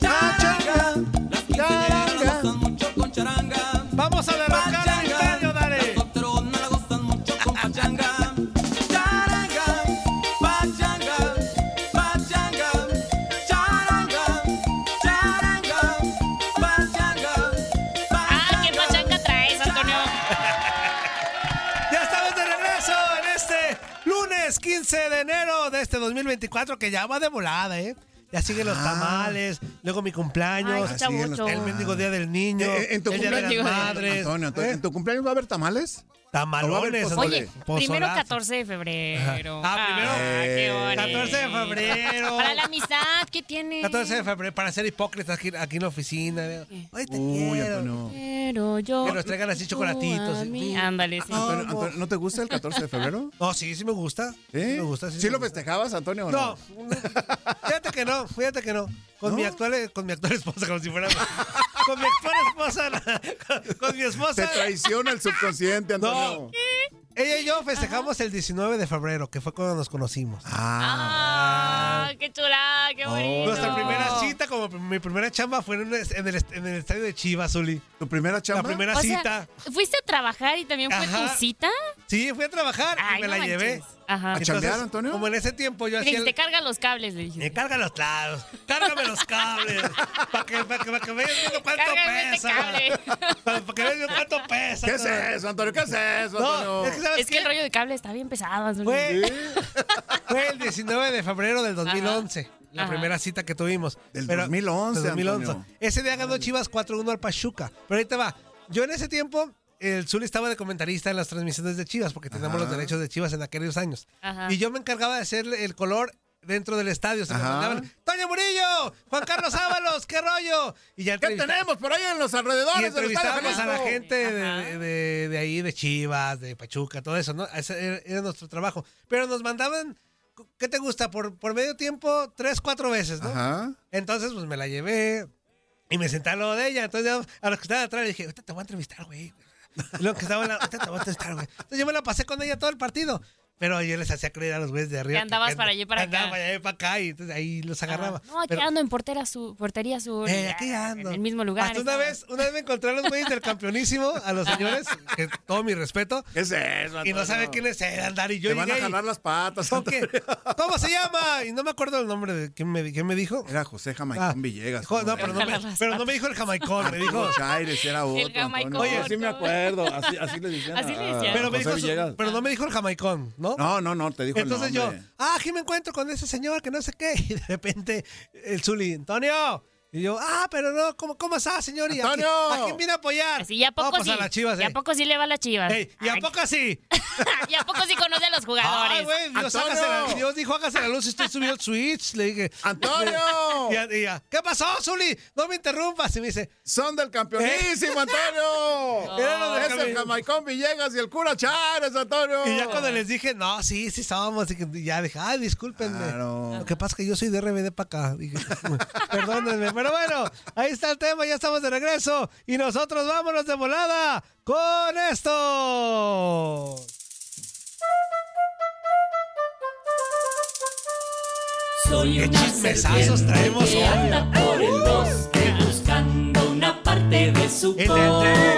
Charanga. Las quinceañeras la gozan mucho con charanga. Vamos a derrocar al estadio, dale. Otros no la gozan mucho con pachanga. Charanga, pachanga, pachanga, charanga, charanga, pachanga, ¡Ah, qué pachanga traes, Antonio! Ya estamos de regreso en este lunes 15 de enero de este 2024 que ya va de volada, ¿eh? Ya siguen los tamales, luego mi ¡Ay, cumpleaños, qué Ah. así en los- chabucho! el mendigo día del niño, Eh, eh, en tu el día de las cumpleaños. madres, Antonio, Antonio, ¿eh? ¿en tu cumpleaños va a haber tamales? ¿O va a haber tamalones. pozole? Oye, primero 14 de febrero. Ah, primero- Eh. qué bonito. 14 de febrero. Para la amistad, ¿qué tiene? 14 de febrero, para ser hipócritas aquí, aquí en la oficina. ¿eh? Ay, te Uy, quiero. Antonio. Pero yo. Que nos traigan así chocolatitos, tú a ¿sí? Ah, mí. Ándale, sí. Antonio, Antonio, ¿no te gusta el 14 de febrero? No, sí, sí me gusta. ¿Eh? Sí me gusta. Sí, ¿Sí me lo gusta. festejabas, Antonio? o No, fíjate que no, fíjate que no. Con mi actual, con mi actual esposa, como si fuera. con mi actual esposa, con, con mi Te esposa. traiciona el subconsciente, Antonio. No. Ella y yo festejamos el 19 de febrero, que fue cuando nos conocimos. Ah, Oh. ¡Ah! ¡Qué chulada! ¡Qué bonito! Nuestra primera cita, como mi primera chamba, fue en, un es- en el, est- en el estadio de Chivas, Zuli. ¿tu primera chamba? La primera O sea, cita. ¿Fuiste a trabajar y también fue Ajá. tu cita? Sí, fui a trabajar Ay, y me no la manches. llevé. Ajá. ¿A chambear, Antonio? Como en ese tiempo yo Le hacía. dijiste, el- carga los cables, le dijiste. Me carga los lados, cárgame los cables, para que, pa' que, pa' que vayas viendo cuánto Cárgame este pesa. cable. Para que vayas viendo cuánto pesa. ¿Qué es eso, Antonio? ¿Qué es eso, Antonio? No, es que sabes Es que el rollo de cable está bien pesado. Antonio. Fue, fue el 19 de febrero del 2011, la Ajá. primera cita que tuvimos. Del 2011, Antonio. Ese día ganó Chivas 4-1 al Pachuca. Pero ahí te va. Yo en ese tiempo, el Zuli estaba de comentarista en las transmisiones de Chivas, porque teníamos los derechos de Chivas en aquellos años. Ajá. Y yo me encargaba de hacer el color dentro del estadio. Se me Ajá. mandaban, ¡Toño Murillo! ¡Juan Carlos Ábalos! ¡Qué rollo! Y ya ¿Qué entrevist- tenemos por ahí en los y alrededores del Estadio entrevistábamos a la Jalisco? gente de, Ajá. de- de ahí, de Chivas, de Pachuca, todo eso, ¿no? Ese era, era nuestro trabajo. Pero nos mandaban, ¿qué te gusta? Por, por medio tiempo, tres, cuatro veces, ¿no? Ajá. Entonces, pues me la llevé y me senté al lado de ella. Entonces, ya a los que estaban atrás le dije, ahorita te voy a entrevistar, güey. Y Los que estaban, la- ahorita te voy a entrevistar, güey. Entonces, yo me la pasé con ella todo el partido. Pero yo les hacía creer a los güeyes de arriba. Que andabas para allá y para andaba acá. para allá y para acá y entonces ahí los Ajá. agarraba. No, aquí Pero- ando en portera su, portería su. eh, aquí ando. En el mismo lugar. Hasta una estaba. vez, una vez me encontré a los güeyes del campeonísimo, a los señores, que todo mi respeto, ¿Qué es eso, y no Antonio? sabe quiénes eran, Dari. Yo Te van a llegué y, jalar las patas, ¿con qué? Antonio. ¿Cómo se llama? Y no me acuerdo el nombre de quién me, quién me dijo. Era José Jamaicón Ah, Villegas. jo- no, pero no, Jalar me, las pero no me dijo el jamaicón, me dijo. Chaires era otro, Jamaicón. Antonio. Oye, sí me acuerdo. Así, así le decían. Así le a- decían. Pero, me dijo José su- Villegas. pero no me dijo el jamaicón, ¿no? No, no, no, te dijo Entonces el yo, nombre. ah, aquí me encuentro con ese señor que no sé qué. Y de repente el Zuli, Antonio. Y yo, ah, pero no, ¿cómo, cómo está, señor? ¿Y a quién- ¡Antonio! ¿A quién viene a apoyar? Así, ¿y a poco No, pues sí? a las chivas, ¿Y a eh. poco sí le va a las chivas? Ey, ¿Y a Ay, poco sí? ¿Y a poco sí conoce a los jugadores? Ay, güey, Dios, ¡Antonio! hágase la- Dios dijo, hágase la luz y usted subió el switch. Le dije, y ¡Antonio! ya- y ya, ¿qué pasó, Zuli? No me interrumpas. Y me dice, ¡Son del campeonísimo, Antonio! eran los del Es el camino. Jamaicón Villegas y el cura Chaires, Antonio. Y ya cuando les dije, no, "Ah, sí, sí somos, y que- y ya dije, ay, discúlpenme. Claro. Lo que pasa es que yo soy de RBD para acá. Dije, perdónenme. Pero bueno, ahí está el tema, ya estamos de regreso. Y nosotros vámonos de volada con esto. Soy soy Qué una chismesazos serpiente traemos que hoy. anda por el bosque buscando una parte de su El entrega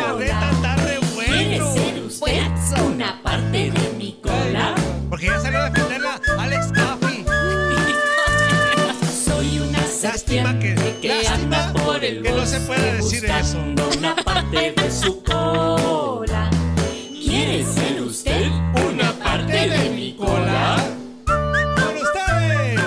cola. reta está re Quiere bueno. ser usted una parte de mi cola. Pues, Porque ya salió a defenderla Alex Caffey. Soy una Lástima que, serpiente que, lástima anda por el que bosque no se puede decir eso. buscando una parte de su cola. Quiere ser usted una parte de mi cola. Con ustedes.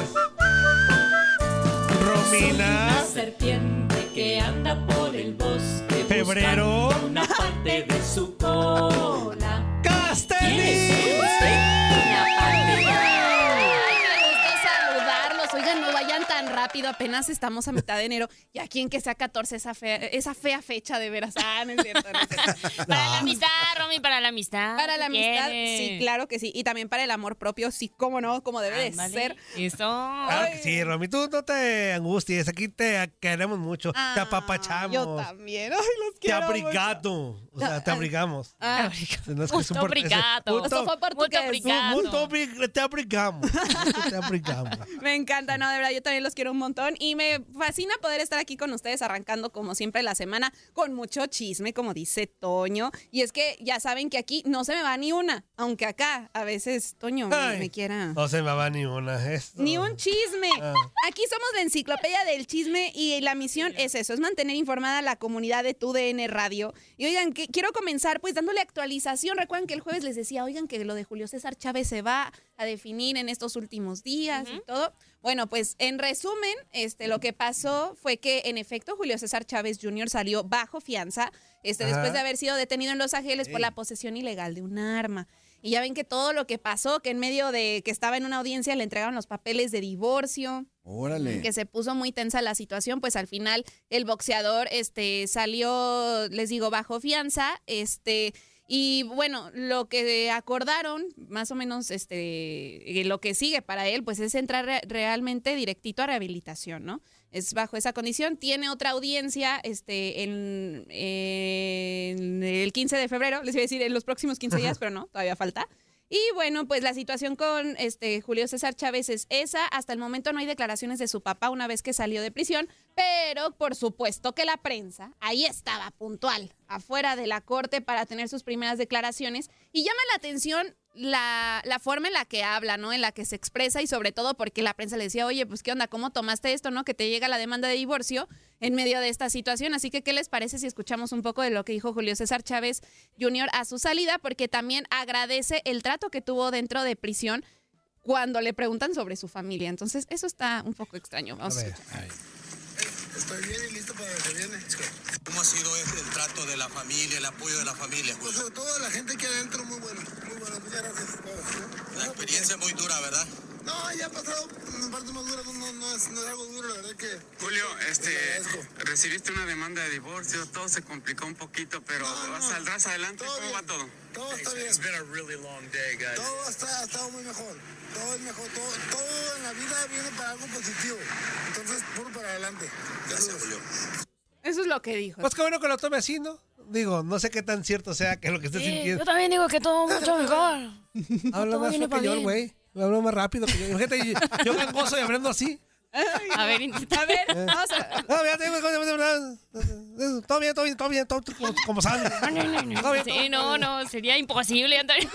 Soy Romina. una serpiente que anda por el bosque Febrero. buscando una parte de su cola. Quiere ser Castelli. usted una parte de Ay, me gusta saludarlos. Oigan, no vayan tan rápido, apenas estamos a mitad de enero. Y aquí en que sea 14, esa fea, esa fea fecha de veras. Ah, no es cierto, no es cierto. Para Ah. la amistad, Romy, para la amistad. Para la ¿qué amistad, quieres? sí, claro que sí. Y también para el amor propio, sí, cómo no, como debe de Ándale, ser. Eso. Claro que sí, Romy, tú no te angusties, aquí te queremos mucho, te Ah, apapachamos, Yo también. Ay, los te quiero. mucho. abrigado, o sea, te abrigamos. pues. Ah, No es que es un Gusto por- es- obrigado. gusto- Eso fue por tu Gusto queso. obrigado. gusto abri- te abrigamos, gusto te abrigamos. Me encanta, no, de verdad, yo también los quiero un montón y me fascina poder estar aquí con ustedes arrancando como siempre la semana con mucho chisme, como dice Toño. Y es que ya saben que aquí no se me va ni una, aunque acá a veces Toño me- Ay, me quiera. No se me va ni una. es- Ni un chisme. Ah. Aquí somos la enciclopedia del chisme y la misión es eso, es mantener informada a la comunidad de TUDN Radio. Y oigan, que quiero comenzar pues dándole actualización. Recuerden que el jueves les decía, oigan, que lo de Julio César Chávez se va a definir en estos últimos días y todo. Bueno, pues en resumen, este, lo que pasó fue que en efecto Julio César Chávez Jr. salió bajo fianza, este, Ajá. después de haber sido detenido en Los Ángeles por la posesión ilegal de un arma. Y ya ven que todo lo que pasó, que en medio de que estaba en una audiencia le entregaron los papeles de divorcio, Órale. que se puso muy tensa la situación, pues al final el boxeador este, salió, les digo, bajo fianza, este... Y bueno, lo que acordaron, más o menos este, eh, lo que sigue para él, pues es entrar re- realmente directito a rehabilitación, ¿no? Es bajo esa condición. Tiene otra audiencia este, en, en el 15 de febrero, les iba a decir en los próximos 15 días, pero no, todavía falta. Y bueno, pues la situación con este Julio César Chávez es esa. Hasta el momento no hay declaraciones de su papá una vez que salió de prisión, pero por supuesto que la prensa ahí estaba puntual, afuera de la corte para tener sus primeras declaraciones. Y llama la atención la, la forma en la que habla, ¿no? En la que se expresa y sobre todo porque la prensa le decía, oye, pues qué onda, ¿cómo tomaste esto, no? Que te llega la demanda de divorcio en medio de esta situación. Así que, ¿qué les parece si escuchamos un poco de lo que dijo Julio César Chávez Jr. a su salida? Porque también agradece el trato que tuvo dentro de prisión cuando le preguntan sobre su familia. Entonces, eso está un poco extraño. A Vamos a ver, escuchar. Estoy bien y listo para lo que viene. ¿Cómo ha sido este, el trato de la familia, el apoyo de la familia? Pues sobre todo la gente que adentro, muy bueno. Muy bueno, muchas gracias a todos. La ¿no? experiencia es muy dura, ¿verdad? No, ya ha pasado mm, partes más duras, no, no, no es, no es algo duro, la verdad que... Julio, este, agradezco. recibiste una demanda de divorcio, todo se complicó un poquito, pero No, no. saldrás adelante. Todo ¿Cómo bien. va todo? Todo está bien. Todo está, ha estado muy mejor. Todo es mejor. Todo, todo en la vida viene para algo positivo. Entonces, puro para adelante. Gracias, Julio. Eso es lo que dijo. Pues qué bueno que lo tome así, ¿no? Digo, no sé qué tan cierto sea que lo que estés Sí, yo sintiendo. también digo que todo mucho mejor. Habla todo más viene feo pa' que yo, el bien. güey. Habla más rápido que yo. Imagínate, yo, yo gangoso y hablando así. A ver, intenta. A ver, vamos a... Eh, No, ya tengo- Todo bien, todo bien, todo bien, todo como, como sabes. Todo bien, todo Sí, no, no, sería imposible, Antonio.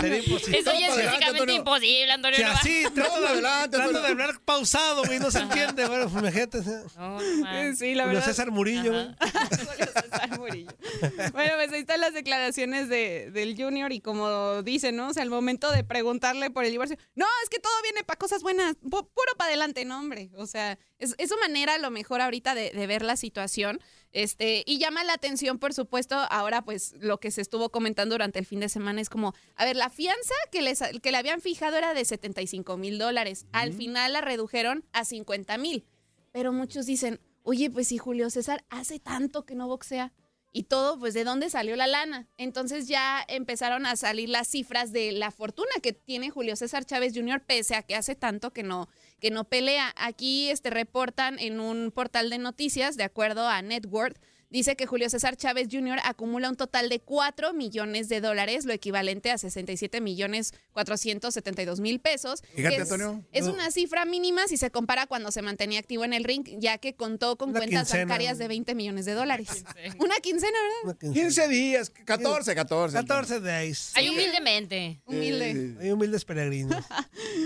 Sería imposible. Eso ya es Adelante, físicamente Antonio. imposible, Antonio. Si no va. así, trato, de, adelante, trato Antonio. de hablar pausado, güey, no se entiende. Bueno, pues, imagínate. No, no Eh, más. Sí, la Julio verdad. César Murillo, Ajá. güey. Julio César Murillo. Bueno, pues ahí están las declaraciones de, del Junior y como dice, ¿no? O sea, al momento de preguntarle por el divorcio, no, es que todo viene para cosas buenas, pu- puro para adelante, no, hombre. O sea, es, es su manera a lo mejor ahorita de, de ver la situación. Este, y llama la atención, por supuesto, ahora pues lo que se estuvo comentando durante el fin de semana es como, a ver, la fianza que, les, que le habían fijado era de 75 mil dólares, al final la redujeron a 50 mil. Pero muchos dicen, oye, pues si Julio César hace tanto que no boxea y todo, pues de dónde salió la lana. Entonces ya empezaron a salir las cifras de la fortuna que tiene Julio César Chávez Jr., pese a que hace tanto que no, que no pelea. Aquí este, reportan en un portal de noticias, de acuerdo a Network, Dice que Julio César Chávez Jr. acumula un total de 4 millones de dólares, lo equivalente a 67 millones 472 mil pesos. Fíjate, Es- Antonio. Es No. una cifra mínima si se compara cuando se mantenía activo en el ring, ya que contó con Una cuentas quincena. bancarias de 20 millones de dólares. Una quincena, ¿verdad? 15 días, 14, 14. 14 days. Ahí humildemente. Humilde. Hay humildes peregrinos.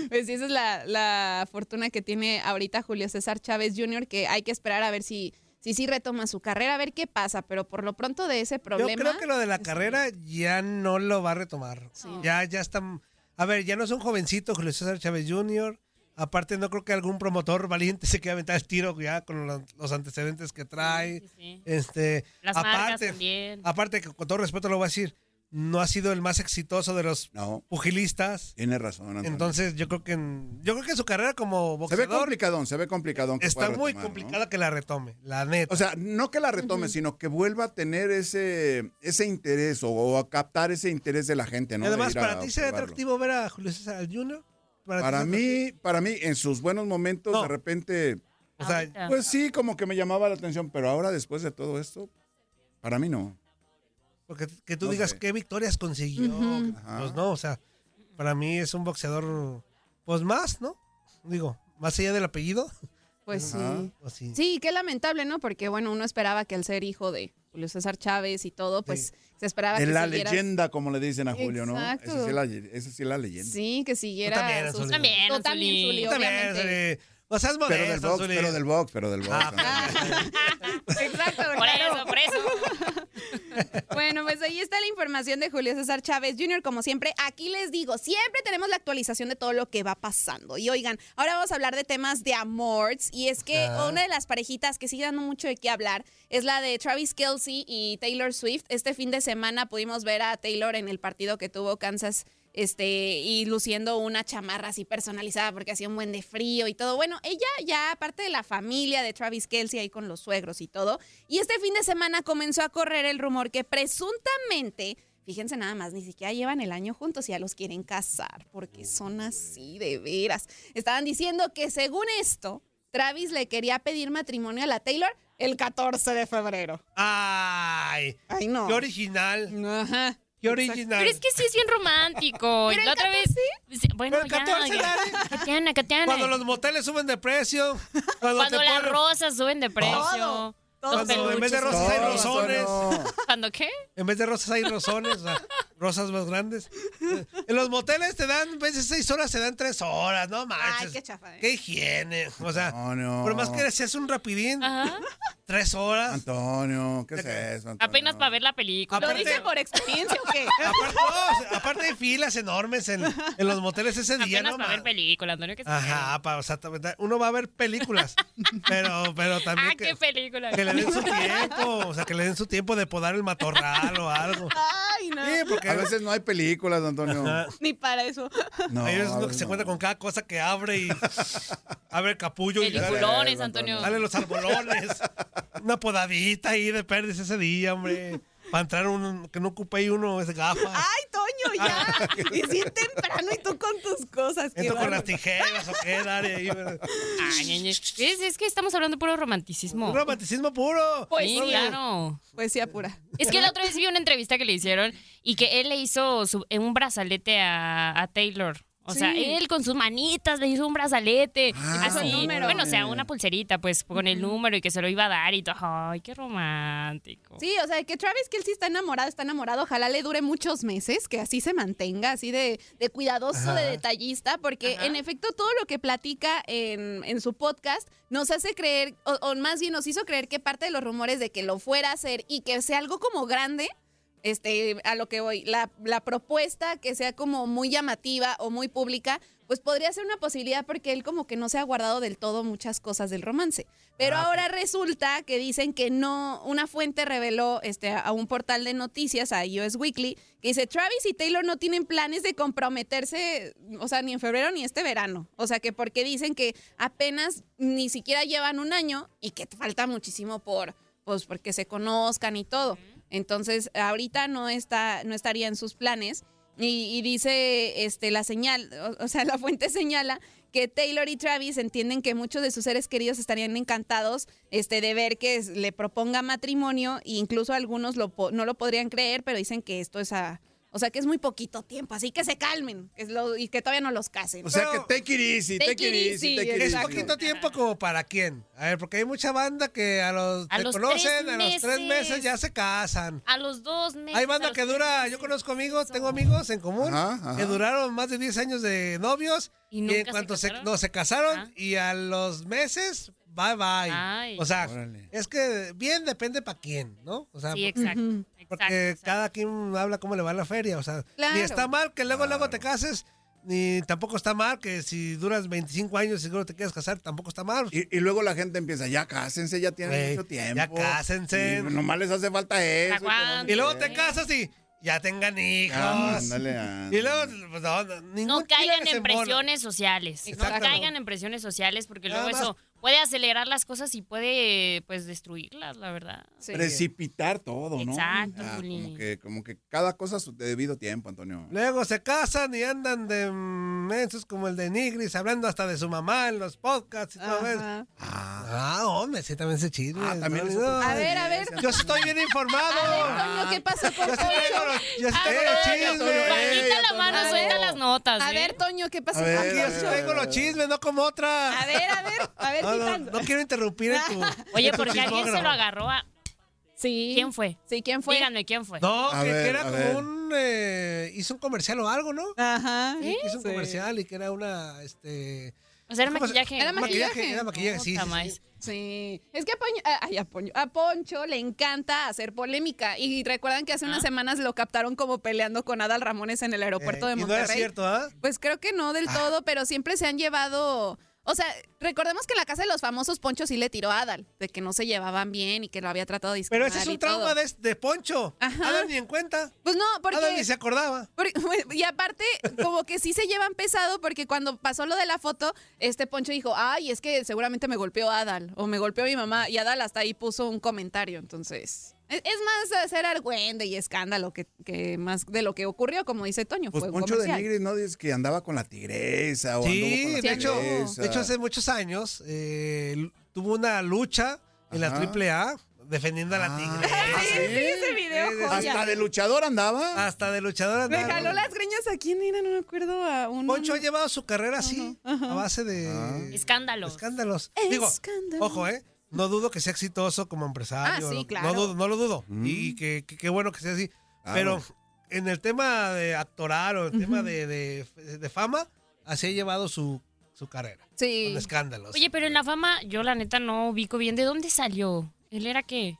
Pues sí, esa es la, la fortuna que tiene ahorita Julio César Chávez Jr., que hay que esperar a ver si si sí retoma su carrera, a ver qué pasa, pero por lo pronto de ese problema... Yo creo que lo de la carrera ya no lo va a retomar. Ya, ya está. A ver, ya no es un jovencito Julio César Chávez Jr. Aparte, no creo que algún promotor valiente se quiera aventar el tiro ya con lo- los antecedentes que trae. Este, Las marcas aparte, también. aparte que con todo respeto lo voy a decir, no ha sido el más exitoso de los pugilistas. Tiene razón, Antonio. Entonces, yo creo que en- yo creo que su carrera como se ve boxeador complicadón, se ve complicadón. que está pueda muy retomar, ¿no? complicada que la retome, la neta. O sea, no que la retome, Ujú. sino que vuelva a tener ese, ese interés o, o a captar ese interés de la gente, ¿no? Y además, De ir a para ti sería observarlo. atractivo ver a Julio César Jr. ti Para es mí, para mí, en sus buenos momentos, de repente, O sea, Ahorita. pues sí, como que me llamaba la atención, pero ahora después de todo esto, para mí no. Porque que tú No digas sé. qué victorias consiguió. Ujú. que- Pues no, o sea, para mí es un boxeador, pues más, ¿no? Digo, más allá del apellido. Pues Ajá, sí. pues sí. Sí, qué lamentable, ¿no? Porque, bueno, uno esperaba que al ser hijo de Julio César Chávez y todo, pues se esperaba De que la siguiera- leyenda, como le dicen a Julio, Exacto. ¿no? Esa sí, es la, esa sí es la leyenda. Sí, que siguiera. Tú también, sus- Anzuli. También, Tú también, Anzuli. Zuli, Tú también, obviamente. No seas pero del modesto, box, Zuli. Ah, pero del box, pero del box. Exacto, Por claro. eso, por eso. Bueno, pues ahí está la información de Julio César Chávez Jr. Como siempre, aquí les digo, siempre tenemos la actualización de todo lo que va pasando. Y oigan, ahora vamos a hablar de temas de amores. Y es que Ajá. una de las parejitas que sigue dando mucho de qué hablar es la de Travis Kelsey y Taylor Swift. Este fin de semana pudimos ver a Taylor en el partido que tuvo Kansas. Este, y luciendo una chamarra así personalizada porque hacía un buen de frío y todo. Bueno, ella ya parte de la familia de Travis Kelsey ahí con los suegros y todo. Y este fin de semana comenzó a correr el rumor que presuntamente, fíjense nada más, ni siquiera llevan el año juntos y ya los quieren casar porque son así de veras. Estaban diciendo que según esto, Travis le quería pedir matrimonio a la Taylor el 14 de febrero. Ay. Ay, no. Qué original. Ajá. Qué original. Pero es que sí es bien romántico. Pero Y la el otra vez. Sí, Bueno, Pero el 14 ya, dale. ya. Catiana, Catiana. Cuando los moteles suben de precio. Cuando, Cuando te las ponen- rosas suben de precio. Todo, los Cuando en vez de peluches, rosas hay todo. rosones. ¿Cuando qué? En vez de rosas hay rosones, o sea, rosas más grandes. En los moteles te dan, en vez de seis horas, te dan tres horas, no manches. Ay, qué chafa, ¿eh? Qué higiene. O sea, No, no. por más que seas un rapidín, tres horas. Antonio, ¿qué es eso? Antonio? Apenas para ver la película. ¿Lo dice por experiencia o qué? Aparte, no, o sea, aparte hay filas enormes en, en los moteles ese día, Apenas ¿no? para ma- ver película, Antonio. Que se quiere. Ajá, pa- o sea, ta- uno va a ver películas, pero, pero también Ah, qué que, película. que le den su tiempo, o sea, que le den su tiempo de podar el matorral o algo. Ay, no. A veces no hay películas, Antonio. Ni para eso. No, Ahí es a uno que veces se encuentra con cada cosa que abre y abre el capullo y Peliculones, Sí, Antonio. Dale los arbolones. Una podadita ahí de perdiz ese día, hombre. Para entrar un que no ocupe ahí uno es gafa. Ay, Toño, ya. Y es bien temprano y tú con tus cosas. qué Entro con bárbaro. las tijeras o qué, dale ahí. ¿verdad? Ay, ñeñe. ¿Ves? Es que estamos hablando de puro romanticismo. Romanticismo puro. Pues sí, Puro. claro. Poesía pura. Es que la otra vez vi una entrevista que le hicieron y que él le hizo su- un brazalete a, a Taylor. O sea, Sí. Ah, él con sus manitas le hizo un brazalete. Ah, puso el así. número. Bueno, o sea, una pulserita, pues, con el número y que se lo iba a dar y todo. Ay, qué romántico. Sí, o sea, que Travis Kelsey está enamorado, está enamorado. Ojalá le dure muchos meses, que así se mantenga, así de, de cuidadoso, de Ajá. detallista, porque en efecto todo lo que platica en, en su podcast nos hace creer, o, o más bien nos hizo creer que parte de los rumores de que lo fuera a hacer y que sea algo como grande. Este, a lo que voy, la, la propuesta que sea como muy llamativa o muy pública, pues podría ser una posibilidad porque él como que no se ha guardado del todo muchas cosas del romance. Pero Ah, ahora resulta que dicen que no, una fuente reveló este, a un portal de noticias, a US Weekly, que dice, Travis y Taylor no tienen planes de comprometerse, o sea, ni en febrero ni este verano. O sea, que porque dicen que apenas ni siquiera llevan un año y que falta muchísimo por, pues, porque se conozcan y todo. Entonces, ahorita no, está, no estaría en sus planes. Y, y dice este, la señal, o, o sea, la fuente señala que Taylor y Travis entienden que muchos de sus seres queridos estarían encantados este, de ver que es- le proponga matrimonio e incluso algunos lo po- no lo podrían creer, pero dicen que esto es a... O sea, que es muy poquito tiempo, así que se calmen que es lo- y que todavía no los casen. O sea, que take it easy, Take it easy, Es exacto. poquito tiempo como para quién. A ver, porque hay mucha banda que a los, A te los conocen, tres a los tres meses. meses ya se casan. A los dos meses. Hay a banda los que tres dura, yo conozco amigos, tengo amigos en común Ajá, ajá. que duraron más de 10 años de novios y, nunca en se cuanto se, casaron? no, se casaron y a los meses, bye bye. Ay. O sea, Órale. es que bien depende para quién, ¿no? O sea, Sí, exacto, Ujú. Porque cada quien habla cómo le va a la feria, o sea, Claro. ni está mal que luego luego te cases. Ni tampoco está mal que si duras 25 años y seguro te quieres casar, tampoco está mal. Y, y luego la gente empieza, ya cásense, ya tienen Güey, mucho tiempo. ya cásense. Y nomás les hace falta Ah, eso. Y luego te casas y ya tengan hijos. Ah, ándale, ándale. Y luego, pues, no, no, No ningún caigan se en embona. presiones sociales. No Exacto. caigan en presiones sociales porque Nada luego más. eso puede acelerar las cosas y puede pues destruirlas, la verdad. Precipitar todo, ¿no? Exacto, Ah, Juli. como, que, como que cada cosa a su debido tiempo, Antonio. Luego se casan y andan de mm, mensos como el de Nigris, hablando hasta de su mamá en los podcasts y todo eso. Ajá. Ah, hombre, sí, también se chile. también ¿no? eso. A ver, a ver. Yo sí estoy bien informado. Toño, Ah, ¿qué pasó con Yo sí tengo Poncho? los, yo sí A tengo ver, los Toño, chismes. Bajita la mano, A suelta ver. las notas. A ¿eh? ver, Toño, ¿qué pasó A con ver, Aquí yo sí Poncho? traigo los chismes, no como otra. A ver, a ver, a ver, No, no, Titán. no quiero interrumpir en tu. Oye, en tu porque alguien se chismógrafo. lo agarró a... Sí. ¿Quién fue? Sí, ¿quién fue? Díganme, ¿quién fue? No, A que, que ver, era a como ver. un. eh, hizo un comercial o algo, ¿no? Ajá. Sí, que hizo un Sí. comercial y que era una. Este, O sea, era ¿cómo se- maquillaje. Era maquillaje. Era maquillaje, sí. Puta sí, madre. sí. Sí, es que a Poncho, ay, a, Poncho- a Poncho le encanta hacer polémica y recuerdan que hace unas semanas lo captaron como peleando con Adal Ramones en el aeropuerto Eh, de y no Monterrey. era cierto, ¿ah? Pues creo que no del todo, pero siempre se han llevado. O sea, recordemos que en la casa de los famosos Poncho sí le tiró a Adal, de que no se llevaban bien y que lo había tratado de Pero discriminar ese es y un todo. trauma de, de Poncho. Ajá. Adam ni en cuenta. Pues no, porque Adam ni se acordaba. Por- Y aparte, como que sí se llevan pesado porque cuando pasó lo de la foto, este Poncho dijo, ay, es que seguramente me golpeó Adal o me golpeó mi mamá. Y Adal hasta ahí puso un comentario, entonces... e-, Es es más hacer argüende y escándalo que, que más de lo que ocurrió, como dice Toño. Pues fue un Poncho de comercial. Nigris no dices que andaba con la tigresa o anduvo con Sí, la de hecho, tigresa. de hecho, hace muchos años eh, l- tuvo una lucha en Ajá. Ah, la AAA defendiendo a la tigre. Sí, sí, ese video, Sí, sí, sí. joya. Hasta de luchador andaba. Hasta de luchadora. Me andaba. jaló las greñas a quién era, no me acuerdo, a un... Poncho ha llevado su carrera así, a base de Escándalos. escándalos. Digo, Ah. Escándalo. ojo, ¿eh? No dudo que sea exitoso como empresario. Ah, sí, no- claro. No, dudo- no lo dudo. Mm. Y que que- qué bueno que sea así. Ah, Pero en el tema de actoral o el tema de, de- de fama, así ha llevado su, su carrera. Sí. Con escándalos. Oye, pero en la fama yo la neta no ubico bien. ¿De dónde salió? ¿Él era qué?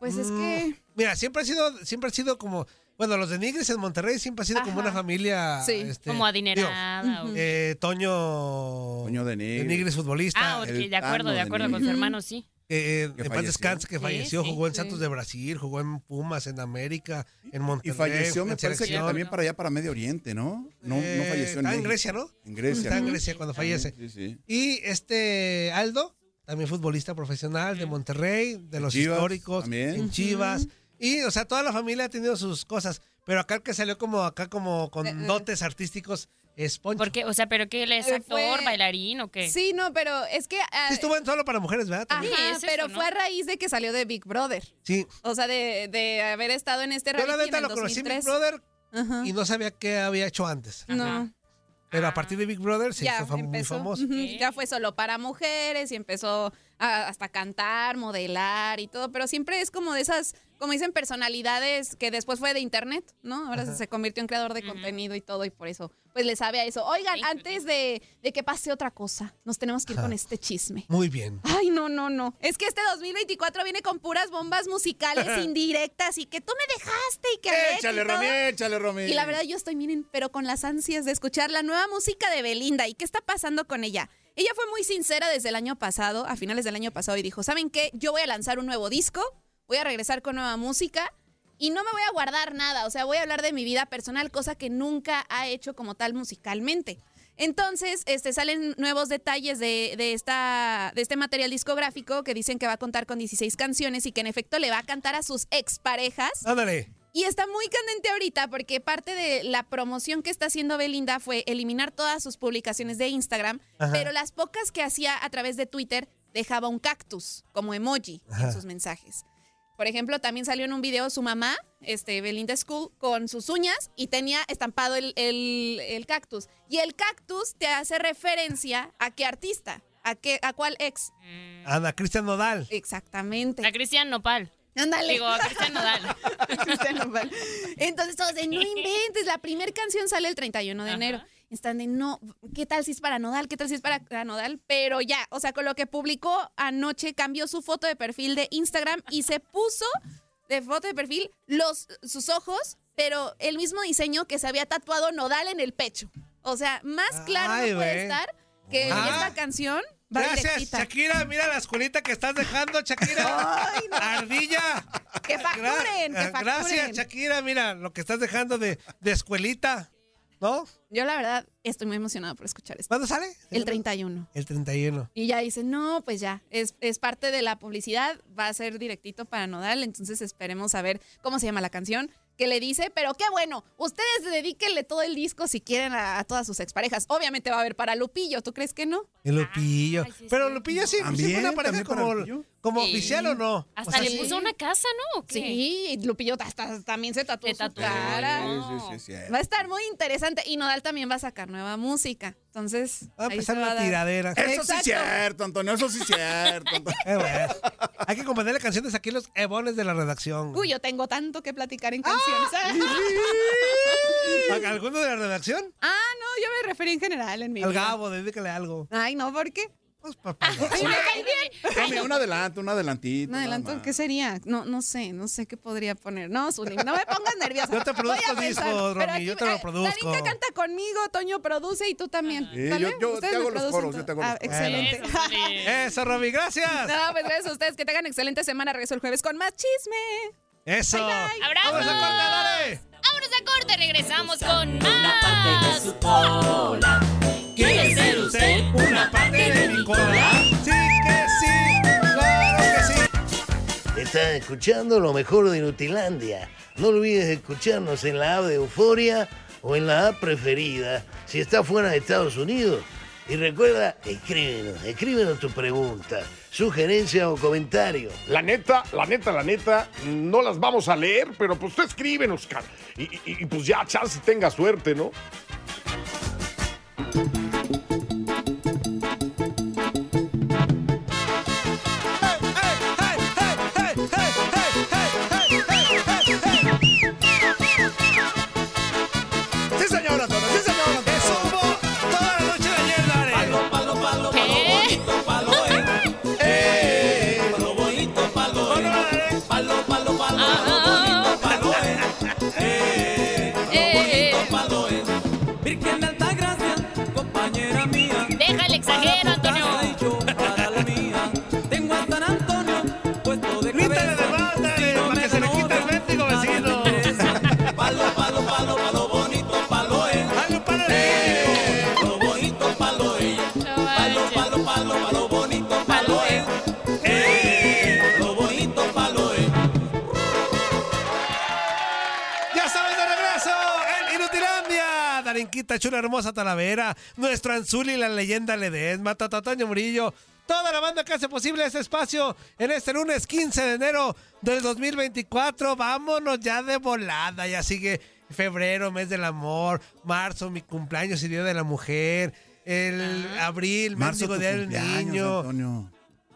Pues es Mm, que... Mira, siempre ha sido, siempre ha sido como. Bueno, los de Nigris en Monterrey siempre ha sido como Ajá. una familia. Sí. este, Como digo, adinerada. o- eh, Toño. Toño de de Nigris. Nigris, futbolista. Ah, ok, el de acuerdo, Tano de de acuerdo con Nigris. su hermano, sí. que, eh, Que en paz falleció. descanse, que Sí, falleció, sí, jugó en sí. Santos de Brasil, jugó en Pumas, en América, en Y Monterrey. falleció, en me parece que selección. también para allá, para Medio Oriente, ¿no? No, no Eh, falleció en está en México. Grecia, ¿no? En Grecia. Está en ¿no? Grecia cuando fallece. Sí, sí. Y este Aldo, también futbolista profesional de Monterrey, de los Chivas, históricos, también. en Chivas. Y, o sea, toda la familia ha tenido sus cosas, pero acá el que salió como acá como Eh, eh. con dotes artísticos es Poncho. Porque, o sea, pero que él es Eh, actor, fue- bailarín o qué? Sí, no, pero es que... ah, Sí, estuvo en solo para mujeres, ¿verdad? Ajá, También. es eso, pero ¿no? fue a raíz de que salió de Big Brother. Sí. O sea, de, de haber estado en este Yo reality la neta en el lo conocí en Big 2003. Brother Ajá. y no sabía qué había hecho antes. No, Pero Ah. a partir de Big Brother se ya hizo fam- muy empezó. famoso. ujú, Ya fue solo para mujeres y empezó a- hasta cantar, modelar y todo. Pero siempre es como de esas, como dicen, personalidades que después fue de internet, ¿no? Ahora se convirtió en creador de contenido y todo y por eso, pues le sabe a eso. Oigan, Sí, antes de, de que pase otra cosa, nos tenemos que ir con este chisme. Muy bien. Ay, no, no, no. Es que este 2024 viene con puras bombas musicales indirectas y que tú me dejaste y que Becky y Échale, todo. Romy, échale, Romy. Y la verdad yo estoy, miren, pero con las ansias de escuchar la nueva música de Belinda y qué está pasando con ella. Ella fue muy sincera desde el año pasado, a finales del año pasado, y dijo, ¿saben qué? Yo voy a lanzar un nuevo disco, voy a regresar con nueva música y no me voy a guardar nada, o sea, voy a hablar de mi vida personal, cosa que nunca ha hecho como tal musicalmente. Entonces, este, salen nuevos detalles de, de esta, de este material discográfico que dicen que va a contar con 16 canciones y que en efecto le va a cantar a sus exparejas Ándale. Y está muy candente ahorita porque parte de la promoción que está haciendo Belinda fue eliminar todas sus publicaciones de Instagram, Ajá. pero las pocas que hacía a través de Twitter dejaba un cactus como emoji Ajá. en sus mensajes. Por ejemplo, también salió en un video su mamá, este, Belinda School, con sus uñas y tenía estampado el, el- el cactus. Y el cactus te hace referencia a qué artista, a, qué, a cuál ex. Ana Cristian Nodal. Exactamente. A Cristian Nopal. Ándale. Digo, a Cristian Nodal. Cristian Nodal. Entonces todos de, no inventes, la primera canción sale el 31 de enero. Y Están de, no, ¿qué tal si es para Nodal? ¿Qué tal si es para para Nodal? Pero ya, o sea, con lo que publicó anoche, cambió su foto de perfil de Instagram y se puso de foto de perfil los, sus ojos, pero el mismo diseño que se había tatuado Nodal en el pecho. O sea, más claro Ay, no puede güey. estar que Ah. esta canción va Gracias, directita. Shakira. Mira la escuelita que estás dejando, Shakira. Ardilla. Que facturen, que facturen. ah, eh, Gracias, Shakira. Mira lo que estás dejando de, de escuelita. ¿No? Yo la verdad estoy muy emocionada por escuchar esto. ¿Cuándo sale? El 31. El 31. Y ya dice, no, pues ya, es, es parte de la publicidad, va a ser directito para Nodal, entonces esperemos a ver cómo se llama la canción, que le dice, pero qué bueno, ustedes dedíquenle todo el disco si quieren a, a todas sus exparejas. Obviamente va a haber para Lupillo, ¿tú crees que no? El Lupillo. Pero Lupillo sí, sí También, fue una pareja también para como, Lupillo. como Sí. oficial o no. Hasta O sea, le sí. puso una casa, ¿no? ¿O qué? Sí, y Lupillo hasta- también se tatuó su cara. Va a estar muy interesante y Nodal también va a sacar nueva música, entonces... Va a ahí empezar se va una dar. tiradera. Exacto. Antonio, eso sí es cierto. Eh, Hay que componerle canciones aquí a los ebones de la redacción. Uy, yo tengo tanto que platicar Ah, en canciones. ¿A- ¿Alguno de la redacción? ah, no, yo me referí en general en mi Al vida. Gabo, dedícale algo. Pues, Ay, no, ¿por qué? Ay, me cae bien. Tome un adelanto, un adelantito. Un adelanto, ¿qué sería? No, no sé, no sé qué podría poner. No, Zuli, no me pongas nerviosa. Yo te Voy a produzco pensar, discos, pero Romy, yo aquí- te lo eh, produzco. Darinka canta conmigo, Toño produce y tú también. Sí, ¿Sale? yo- yo te Ustedes me hago los producen coros, todo. yo te hago los Ah, coros. Excelente. Eso, Zuli. Eso, Romy, gracias. No, pues gracias a ustedes. Que tengan excelente semana. Regreso el jueves con más chisme. Eso. ¡Abrazo! Vamos a corte, dale. ¡Vámonos a corte! Regresamos con Una más. parte de su cola. ¿Quiere ser usted una parte de mi cola? Sí que sí, claro que sí. Estás escuchando lo mejor de Nutilandia. No olvides escucharnos en la app de Euforia o en la app preferida si estás fuera de Estados Unidos. Y recuerda, escríbenos, escríbenos tu pregunta, sugerencia o comentario. La neta, la neta, la neta, no las vamos a leer, pero pues tú escríbenos, cara. Y, y- y pues ya, chance tenga suerte, ¿no? Sí, señor Antonio, sí, señor Antonio. toda la noche de ayer, dale. Palo, palo, palo, palo bonito, palo, eh. Eh, palo bonito, palo, eh. Palo, palo, palo, palo bonito, palo, eh. Eh, palo bonito, palo, eh. Virgen de Altagracia, compañera mía. Déjale exagero, Antonio. Para tu casa y yo para la mía. Tengo a San Antonio puesto de cabeza. Si no me enamoro, nada me interesa. Palo, palo, palo, palo bonito, palo, eh. Eh, palo bonito, palo, eh. Palo, palo, palo, palo bonito, palo, eh. Eh, palo bonito, palo, eh. Ya saben, de regreso en Inutilandia. Darinquita, chula, hermosa Talavera. Nuestro Anzuli, la leyenda Ledesma. Tatataño Murillo. Toda la banda que hace posible este espacio en este lunes 15 de enero del 2024. Vámonos ya de volada. Ya sigue febrero, mes del amor. Marzo, mi cumpleaños y Día de la Mujer. El abril, Marzo, México tu Día del cumpleaños, Niño. Antonio.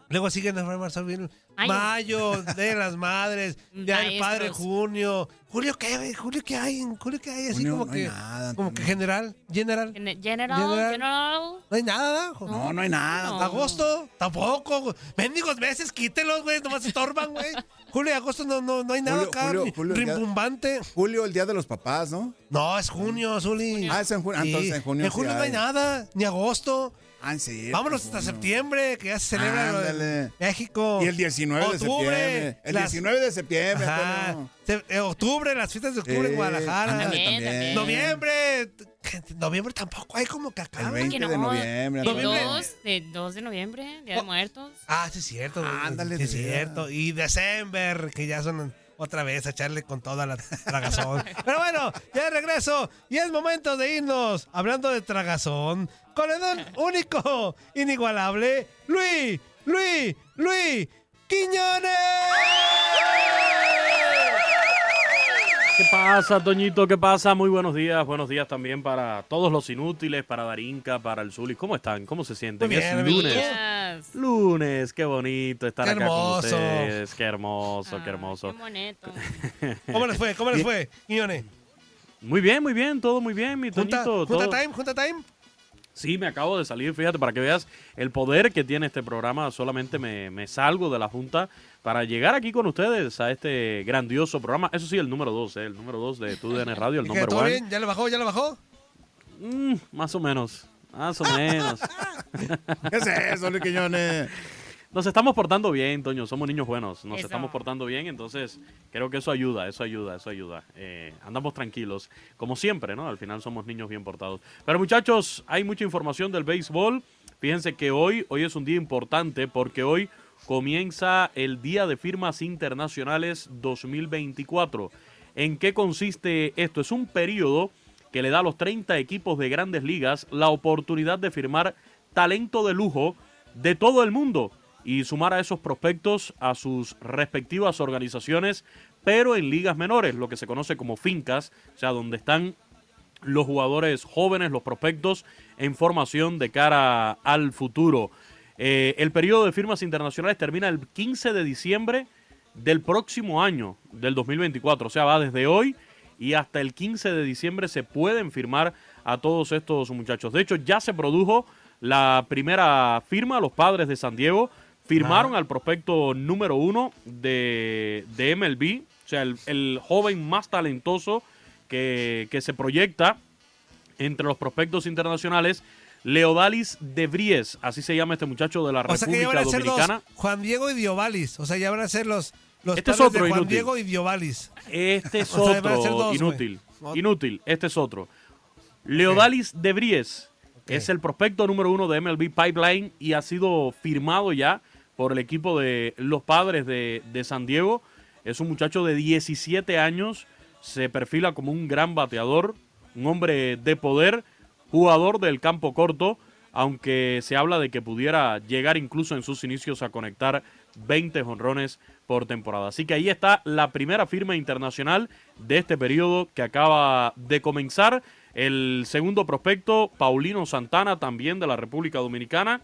Luego siguen el marzo, abril, Ay. mayo, de las madres, ya el padre, Maestros. junio. ¿Julio qué? güey? ¿Julio qué hay? ¿En julio qué hay? Así Junio como no hay que. nada, como que general, general. Gen- General, General. general. No hay nada, jo- No, no hay nada. No. Agosto, tampoco. güey. Mendigos meses, quítelos, güey. Nomás estorban, güey. Julio y agosto no, no, no hay nada Julio, acá. Julio, ni- Julio, el día- rimbombante. Julio, el día de los papás, ¿no? No, es junio, Zuli. Ah, es en junio. Ah, Sí. Entonces en junio. En junio no hay nada, ni agosto. Ah, en serio, Vámonos en hasta junio. septiembre, que ya se celebra lo de Ándale. México. Y el 19 de Octubre, septiembre. El las- 19 de septiembre, Ajá. Antonio. Se- eh, Octubre, las fiestas de octubre Eh, en Guadalajara. ándale, También, también. también. Noviembre. Noviembre tampoco hay como que acá. El 20 de noviembre. El Antonio. 2, de, 2 de Oh. noviembre, Día de Muertos. Ah, sí es cierto. Ándale. Sí es cierto. Y December, que ya son otra vez a echarle con toda la tragazón. Pero bueno, ya de regreso y es momento de irnos hablando de tragazón con el don único, inigualable, Luis, Luis, Luis Quiñones. ¿Qué pasa, Toñito? ¿Qué pasa? Muy buenos días. Buenos días también para todos los inútiles, para Darinka, para el Zulis. ¿Cómo están? ¿Cómo se sienten? Muy bien, es amiguitos. lunes. Lunes, qué bonito estar Qué acá con hermoso. ustedes. Qué hermoso, qué hermoso. ¿Cómo les fue? ¿Cómo les fue, Quiñones? Muy bien, muy bien, todo muy bien, mi ¿Junta, Toñito. junta todo- time? ¿Junta time? Sí, me acabo de salir, fíjate, para que veas el poder que tiene este programa. Solamente me, me salgo de la Junta para llegar aquí con ustedes a este grandioso programa. Eso sí, el número 2, eh, el número 2 de TUDN Radio, el ¿Y qué, número ¿Todo 1. bien? ¿Ya le bajó? ¿Ya le bajó? Más o menos, más o menos. ¿Qué es eso, Luis Quiñones? Nos estamos portando bien, Toño, somos niños buenos. Nos Eso. estamos portando bien, entonces creo que eso ayuda, eso ayuda, eso ayuda. Eh, andamos tranquilos, como siempre, ¿no? Al final somos niños bien portados. Pero muchachos, hay mucha información del béisbol. Fíjense que hoy, hoy es un día importante porque hoy comienza el Día de Firmas Internacionales 2024. ¿En qué consiste esto? Es un periodo que le da a los 30 equipos de grandes ligas la oportunidad de firmar talento de lujo de todo el mundo y sumar a esos prospectos a sus respectivas organizaciones, pero en ligas menores, lo que se conoce como fincas, o sea, donde están los jugadores jóvenes, los prospectos en formación de cara al futuro. Eh, el periodo de firmas internacionales termina el 15 de diciembre del próximo año, del 2024. O sea, va desde hoy y hasta el 15 de diciembre se pueden firmar a todos estos muchachos. De hecho, ya se produjo la primera firma, los padres de San Diego firmaron al prospecto número uno de, de MLB, o sea, el, el joven más talentoso que, que se proyecta entre los prospectos internacionales, Leodalis de Vries, así se llama este muchacho de la O sea que ya van República a ser los Dominicana. Juan Diego y Diovalis. O sea, ya van a ser los, los Este es padres otro de Juan inútil. Diego y Diovalis. Este es O sea, van a ser otro dos, pues. güey. inútil. Inútil, este es otro. Leodalis de Vries es el prospecto número uno de MLB Pipeline y ha sido firmado ya por el equipo de los padres de, de San Diego. Es un muchacho de 17 años, se perfila como un gran bateador, un hombre de poder, jugador del campo corto, aunque se habla de que pudiera llegar incluso en sus inicios a conectar 20 jonrones por temporada. Así que ahí está la primera firma internacional de este periodo que acaba de comenzar. El segundo prospecto, Paulino Santana, también de la República Dominicana.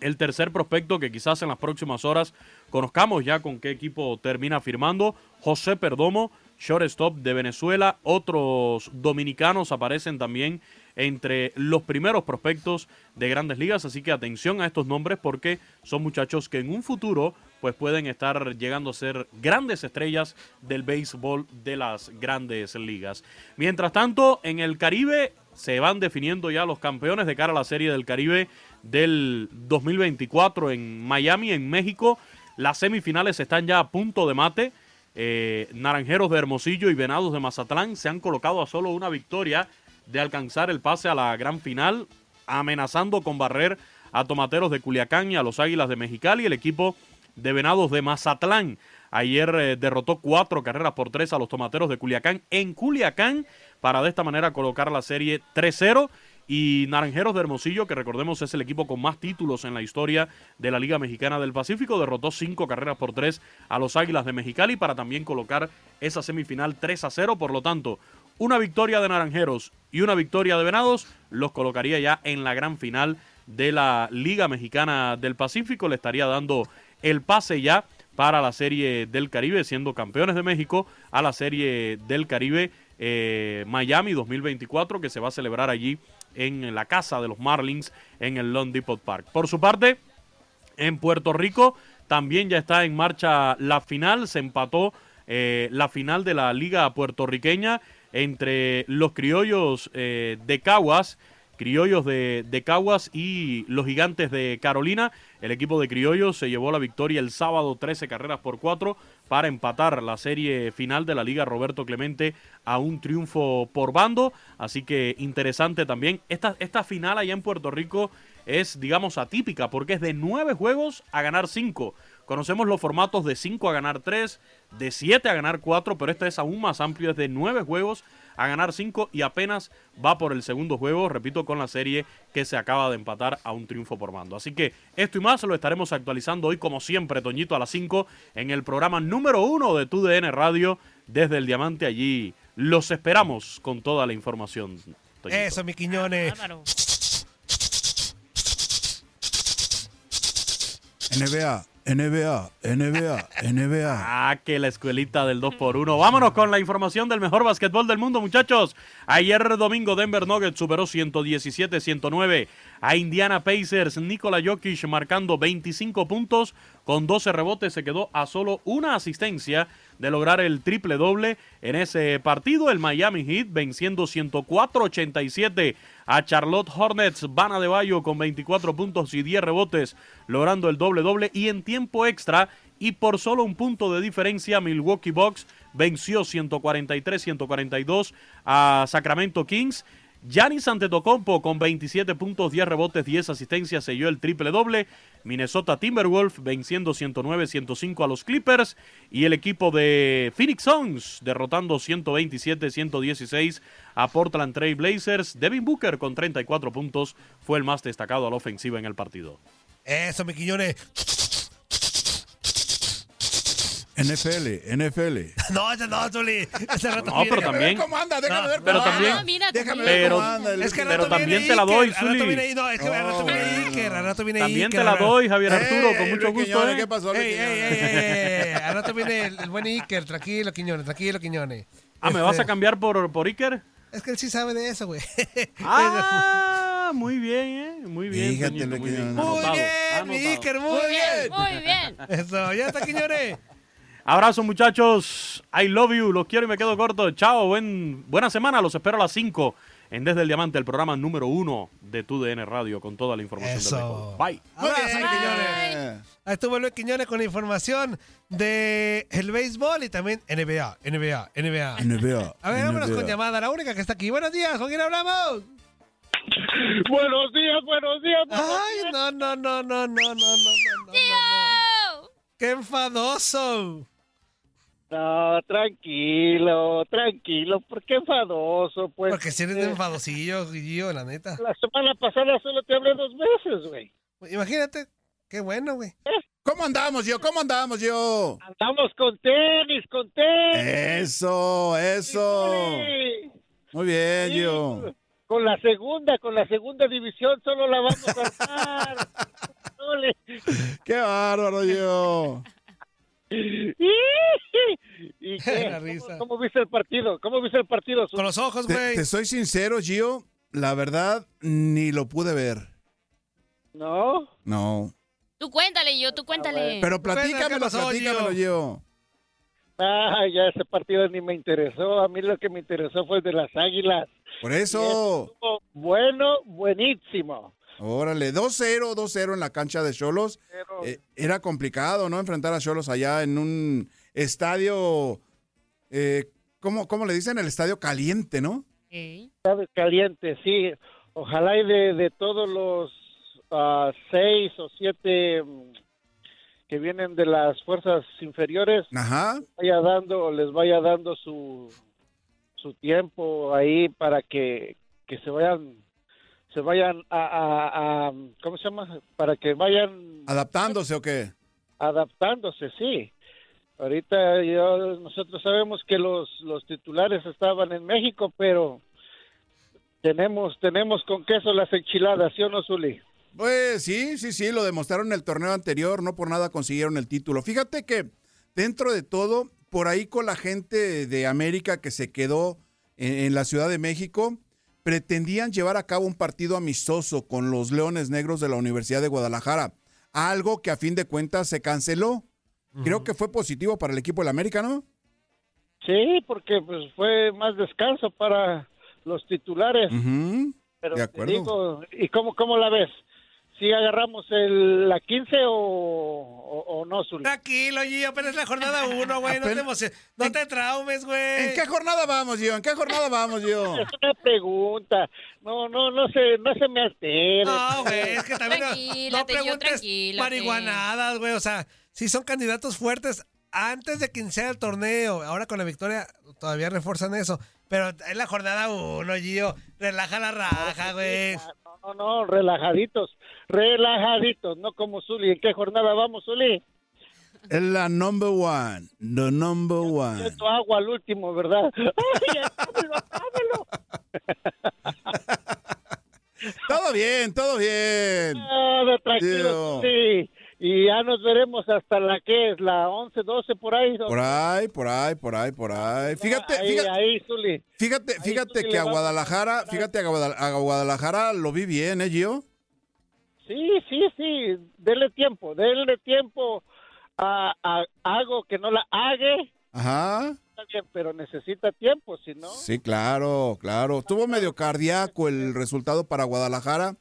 El tercer prospecto que quizás en las próximas horas conozcamos ya con qué equipo termina firmando, José Perdomo, shortstop de Venezuela. Otros dominicanos aparecen también entre los primeros prospectos de grandes ligas, así que atención a estos nombres porque son muchachos que en un futuro pues pueden estar llegando a ser grandes estrellas del béisbol de las grandes ligas. Mientras tanto, en el Caribe se van definiendo ya los campeones de cara a la Serie del Caribe del 2024 en Miami, en México. Las semifinales están ya a punto de mate. Eh, Naranjeros de Hermosillo y Venados de Mazatlán se han colocado a solo una victoria de alcanzar el pase a la gran final, amenazando con barrer a Tomateros de Culiacán y a los Águilas de Mexicali. El equipo de Venados de Mazatlán. Ayer eh, derrotó cuatro carreras por tres a los tomateros de Culiacán en Culiacán para de esta manera colocar la serie 3-0. Y Naranjeros de Hermosillo, que recordemos es el equipo con más títulos en la historia de la Liga Mexicana del Pacífico, derrotó cinco carreras por tres a los Águilas de Mexicali para también colocar esa semifinal 3-0. Por lo tanto, una victoria de Naranjeros y una victoria de Venados los colocaría ya en la gran final de la Liga Mexicana del Pacífico. Le estaría dando el pase ya para la Serie del Caribe, siendo campeones de México a la Serie del Caribe eh, Miami 2024, que se va a celebrar allí en la casa de los Marlins en el Lone Depot Park. Por su parte, en Puerto Rico. También ya está en marcha la final. Se empató eh, la final de la Liga Puertorriqueña entre los criollos eh, de Caguas. Criollos de, de Caguas y los gigantes de Carolina. El equipo de Criollos se llevó la victoria el sábado 13 carreras por 4 para empatar la serie final de la Liga Roberto Clemente a un triunfo por bando. Así que interesante también. Esta, esta final allá en Puerto Rico es, digamos, atípica porque es de nueve juegos a ganar cinco. Conocemos los formatos de 5 a ganar 3, de 7 a ganar 4, pero este es aún más amplio, es de 9 juegos a ganar 5 y apenas va por el segundo juego, repito, con la serie que se acaba de empatar a un triunfo por mando. Así que esto y más lo estaremos actualizando hoy, como siempre, Toñito, a las 5 en el programa número 1 de TUDN Radio desde el Diamante allí. Los esperamos con toda la información. Toñito. Eso, mi Quiñones. NBA, NBA, NBA, NBA. Ah, que la escuelita del 2x1. Vámonos con la información del mejor basquetbol del mundo, muchachos. Ayer domingo Denver Nuggets superó 117-109 a Indiana Pacers. Nikola Jokic marcando 25 puntos con 12 rebotes. Se quedó a solo una asistencia de lograr el triple doble en ese partido. El Miami Heat venciendo 104-87 a Charlotte Hornets. Bana de Bayo con 24 puntos y 10 rebotes, logrando el doble doble. Y en tiempo extra y por solo un punto de diferencia, Milwaukee Bucks venció 143-142 a Sacramento Kings. Giannis Antetokounmpo con 27 puntos, 10 rebotes, 10 asistencias, selló el triple doble. Minnesota Timberwolves venciendo 109-105 a los Clippers. Y el equipo de Phoenix Suns derrotando 127-116 a Portland Trail Blazers. Devin Booker con 34 puntos fue el más destacado a la ofensiva en el partido. Eso, mi Quiñones. NFL, NFL. No, ese no, Zuli. Ese rato No, pero también- ¿Cómo anda? Déjame No, ver cómo pero anda. también- Ah, mira, Déjame también. ver Pero- cómo anda. el- es que al pero rato también- viene- te la doy, Iker, al rato Zuli. viene- no, es que al rato viene Iker, al rato viene También Iker, te la al rato- doy, Javier Arturo, Ey, con mucho Luis gusto. Quiñones, ¿eh? ¿Qué pasó, Luis Ey, ey, Quiñones? ey, ey, ey, al rato viene el, el buen Iker, tranquilo, Quiñones, tranquilo, Quiñones. Ah, ¿me Este, vas a cambiar por, por Iker? Es que él sí sabe de eso, güey. Ah, muy bien, ¿eh? Muy bien, Fíjate, Toñito, Luis muy bien. Quiñones. muy Anotado, bien, mi anotado. Iker, muy, Muy bien, bien. muy bien. Eso, ya está, Quiñones. Abrazo, muchachos. I love you. Los quiero y me quedo corto. Chao. Buen, buena semana. Los espero a las 5 en Desde el Diamante, el programa número 1 de TUDN Radio con toda la información del Eso. béisbol. Bye. Muy bien, Abrazo, mi Quiñones. Quiñones. Ahí estuvo Luis Quiñones con la información de el béisbol y también NBA, NBA, NBA. NBA. A ver, vámonos con NBA. llamada, la única que está aquí. Buenos días, ¿con quién hablamos? Buenos días, buenos días. Ay, no, no, no, no, no, no, no, no, no, no. ¡Qué enfadoso! No, tranquilo, tranquilo, porque enfadoso, pues. Porque si eres Eh, enfadosillo, Guillo, la neta. La semana pasada solo te hablé dos veces, güey. ¿Eh? Imagínate, qué bueno, güey. ¿Cómo andamos yo? ¿Cómo andamos yo? Eh. Andamos con tenis, con tenis. Eso, eso. güey. Muy bien, yo. Con la segunda, con la segunda división solo la vamos a armar. No le- Qué bárbaro, yo. ¿Y qué? La ¿Cómo- risa. ¿Cómo, viste el partido? ¿Cómo viste el partido? Con los Pues, ojos, Te, güey. te soy sincero, Gio. La verdad, ni lo pude ver. No. No. Tú cuéntale, yo, tú cuéntale. Pero ¿qué platícamelo, pasó, platícamelo, Gio. Ah, ya ese partido ni me interesó. A mí lo que me interesó fue el de las Águilas. Por Y eso. estuvo bueno, buenísimo. Órale, 2-0, 2-0 en la cancha de Cholos. Pero, Eh, era complicado, ¿no? Enfrentar a Cholos allá en un estadio. eh, ¿cómo, ¿Cómo le dicen? El estadio caliente, ¿no? Ok. sabes, caliente, sí. Ojalá y de, de todos los ah, seis o siete mm, que vienen de las fuerzas inferiores, Ajá. vaya dando, les vaya dando su, su tiempo ahí para que, que se vayan se vayan a, a- a- ¿cómo se llama? Para que vayan ¿Adaptándose o qué? adaptándose, sí. Ahorita yo- nosotros sabemos que los, los titulares estaban en México, pero tenemos tenemos con queso las enchiladas, ¿sí o no, Zuli? Pues sí, sí, sí, lo demostraron en el torneo anterior, no por nada consiguieron el título. Fíjate que dentro de todo, por ahí con la gente de América que se quedó en, en la Ciudad de México, pretendían llevar a cabo un partido amistoso con los Leones Negros de la Universidad de Guadalajara, algo que a fin de cuentas se canceló. Creo que fue positivo para el equipo del América, ¿no? Sí, porque pues fue más descanso para los titulares. Ujú. Pero de te acuerdo. digo, ¿y cómo, cómo la ves? ¿Si agarramos el, la 15 o, o- o no, Zuli? Tranquilo, Gio, apenas es la jornada uno, güey. No te, Apenas- emociones, no te traumes, güey. ¿En qué jornada vamos, yo? ¿En qué jornada vamos, yo? Es una pregunta. No, no, no se, no se me altere. No, güey, es que también no- no, Tranquílate, Gio, preguntes tranquílate. marihuanadas, güey. O sea, sí son candidatos fuertes antes de que iniciara el torneo. Ahora con la victoria todavía refuerzan eso. Pero es la jornada uno, Gio. Relaja la raja, güey. No, no, relajaditos, relajaditos, no como Zuli. ¿En qué jornada vamos, Zuli? Es la number one, the number one. Esto agua al último, ¿verdad? ¡Ay, acábalo, acábalo! Todo bien, todo bien. Todo tranquilo, Digo. sí. Y ya nos veremos hasta la que es, la 11, 12 por ahí. Por ahí, por ahí, por ahí, por ahí. Fíjate, Ahí, fíjate. ahí, Zuli. Fíjate, fíjate Zuli que le a va a Guadalajara, fíjate a Guadal- a Guadalajara lo vi bien, ¿eh, Gio? Sí, sí, sí, denle tiempo, denle tiempo a, a algo que no la hague, Ajá. está bien, pero necesita tiempo, si no, Sí, claro, claro. Estuvo medio cardíaco el resultado para Guadalajara.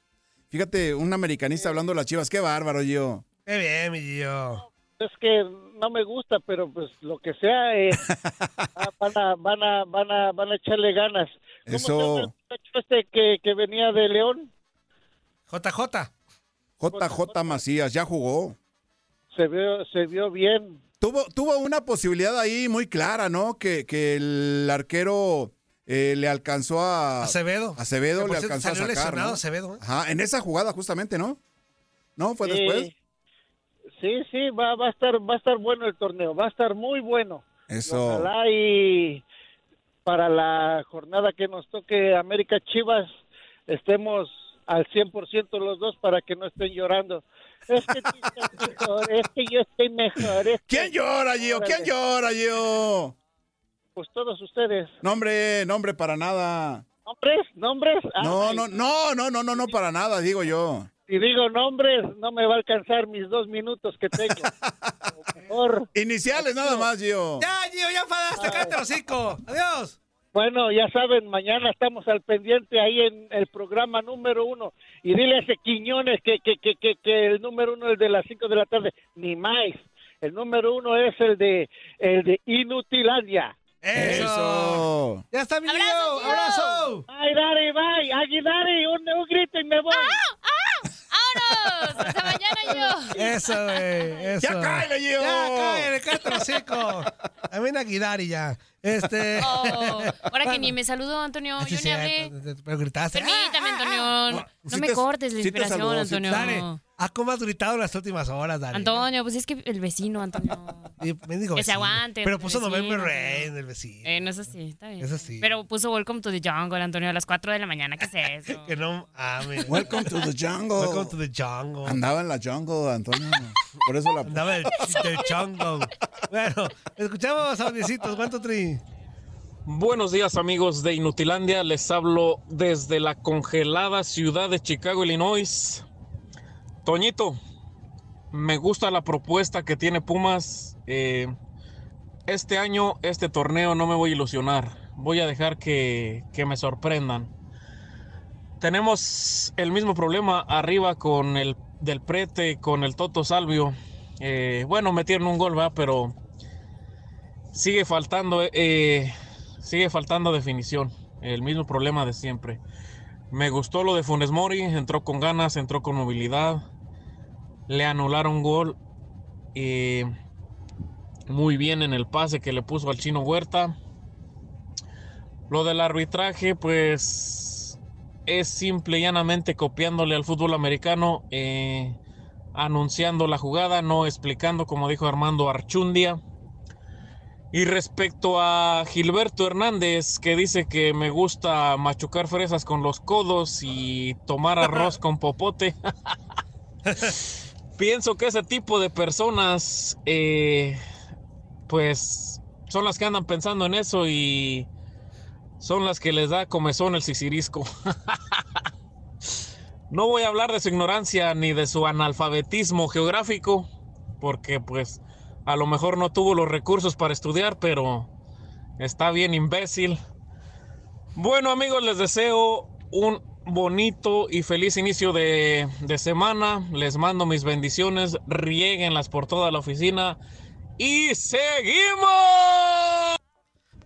Fíjate, un americanista hablando de las chivas. Qué bárbaro, Gio. Qué bien, mi Gio. es que no me gusta, pero pues lo que sea, eh, ah, van, a, van, a, van, a, van a echarle ganas. ¿Cómo se llama el Eso, muchacho este que, que venía de León? JJ. JJ Macías ya jugó. Se vio, se vio bien. Tuvo, tuvo una posibilidad ahí muy clara, ¿no? Que, que el arquero eh, le alcanzó a... Acevedo. Acevedo Que, por le cierto, alcanzó a salió sacar, lesionado ¿no? Acevedo, ¿eh? Ajá, en esa jugada justamente, ¿no? ¿No? ¿Fue Sí. después? Eh, Sí, sí, va, va a estar, va a estar bueno el torneo, va a estar muy bueno. Eso. Ojalá y para la jornada que nos toque América Chivas estemos al 100% los dos para que no estén llorando. Es que tú estás mejor, es que yo estoy mejor. es que- ¿Quién llora, Gio? ¿Quién Órale, llora, Gio? Pues todos ustedes. No, hombre, no, hombre, para nada. ¿Nombres? ¿Nombres? No, Ay, no, no, no, no, no, no, para nada, digo yo. Si digo nombres, no me va a alcanzar mis dos minutos que tengo. Por favor. Iniciales nada más, Gio. Ya, Gio, ya enfadaste, cállate los hocico. Adiós. Bueno, ya saben, mañana estamos al pendiente ahí en el programa número uno. Y dile a ese Quiñones que, que, que, que, que el número uno es el de las cinco de la tarde. Ni más. El número uno es el de, el de Inutilandia. Eso. Ya está mi Gio. Abrazo. Ay, Dari, bye. Ay, Dari, un, un grito y me voy. Eso, güey. Eso. Ya cáele, Gio. Ya cáele, cállate los hocico. A mí una guidari ya. Este. Oh, ahora que Bueno, Ah, ni me saludó, Antonio. sí, Yo ni hablé. cierto, este, Pero gritaste. ah, Permítame, Antonio. No Sí me te- cortes la sí te inspiración, saludó, sí te- Antonio. Dale, ¿a cómo has gritado en las últimas horas, Dani? Antonio, pues es que el vecino, Antonio. Y me digo, que se vecino. aguante, Pero el puso vecino, November Antonio. Rain, el vecino. Eh, no es así, está bien. Eso sí. Pero puso Welcome to the Jungle, Antonio, a las 4 de la mañana. ¿Qué es eso? Que no amen. Welcome to the jungle. Welcome to the jungle. Andaba en la jungle, Antonio. Por eso la Andaba el, del jungle. Bueno, escuchamos a Odiecitos. ¿Cuánto tri? Buenos días amigos de Inutilandia, les hablo desde la congelada ciudad de Chicago, Illinois. Toñito, me gusta la propuesta que tiene Pumas. Eh, este año, este torneo no me voy a ilusionar, voy a dejar que, que me sorprendan. Tenemos el mismo problema arriba con el del Prete, con el Toto Salvio. Eh, bueno, metieron un gol, va, pero sigue faltando, eh, sigue faltando definición. El mismo problema de siempre. Me gustó lo de Funes Mori, entró con ganas, entró con movilidad. Le anularon gol. eh, muy bien en el pase que le puso al chino Huerta. Lo del arbitraje, pues es simple y llanamente copiándole al fútbol americano, eh, anunciando la jugada, no explicando, como dijo Armando Archundia. Y respecto a Gilberto Hernández, que dice que me gusta machucar fresas con los codos y tomar arroz con popote, pienso que ese tipo de personas, eh, pues, son las que andan pensando en eso y son las que les da comezón el sisirisco. no voy a hablar de su ignorancia ni de su analfabetismo geográfico, porque pues a lo mejor no tuvo los recursos para estudiar, pero está bien imbécil. Bueno amigos, les deseo un bonito y feliz inicio de, de semana. Les mando mis bendiciones, rieguenlas por toda la oficina y seguimos.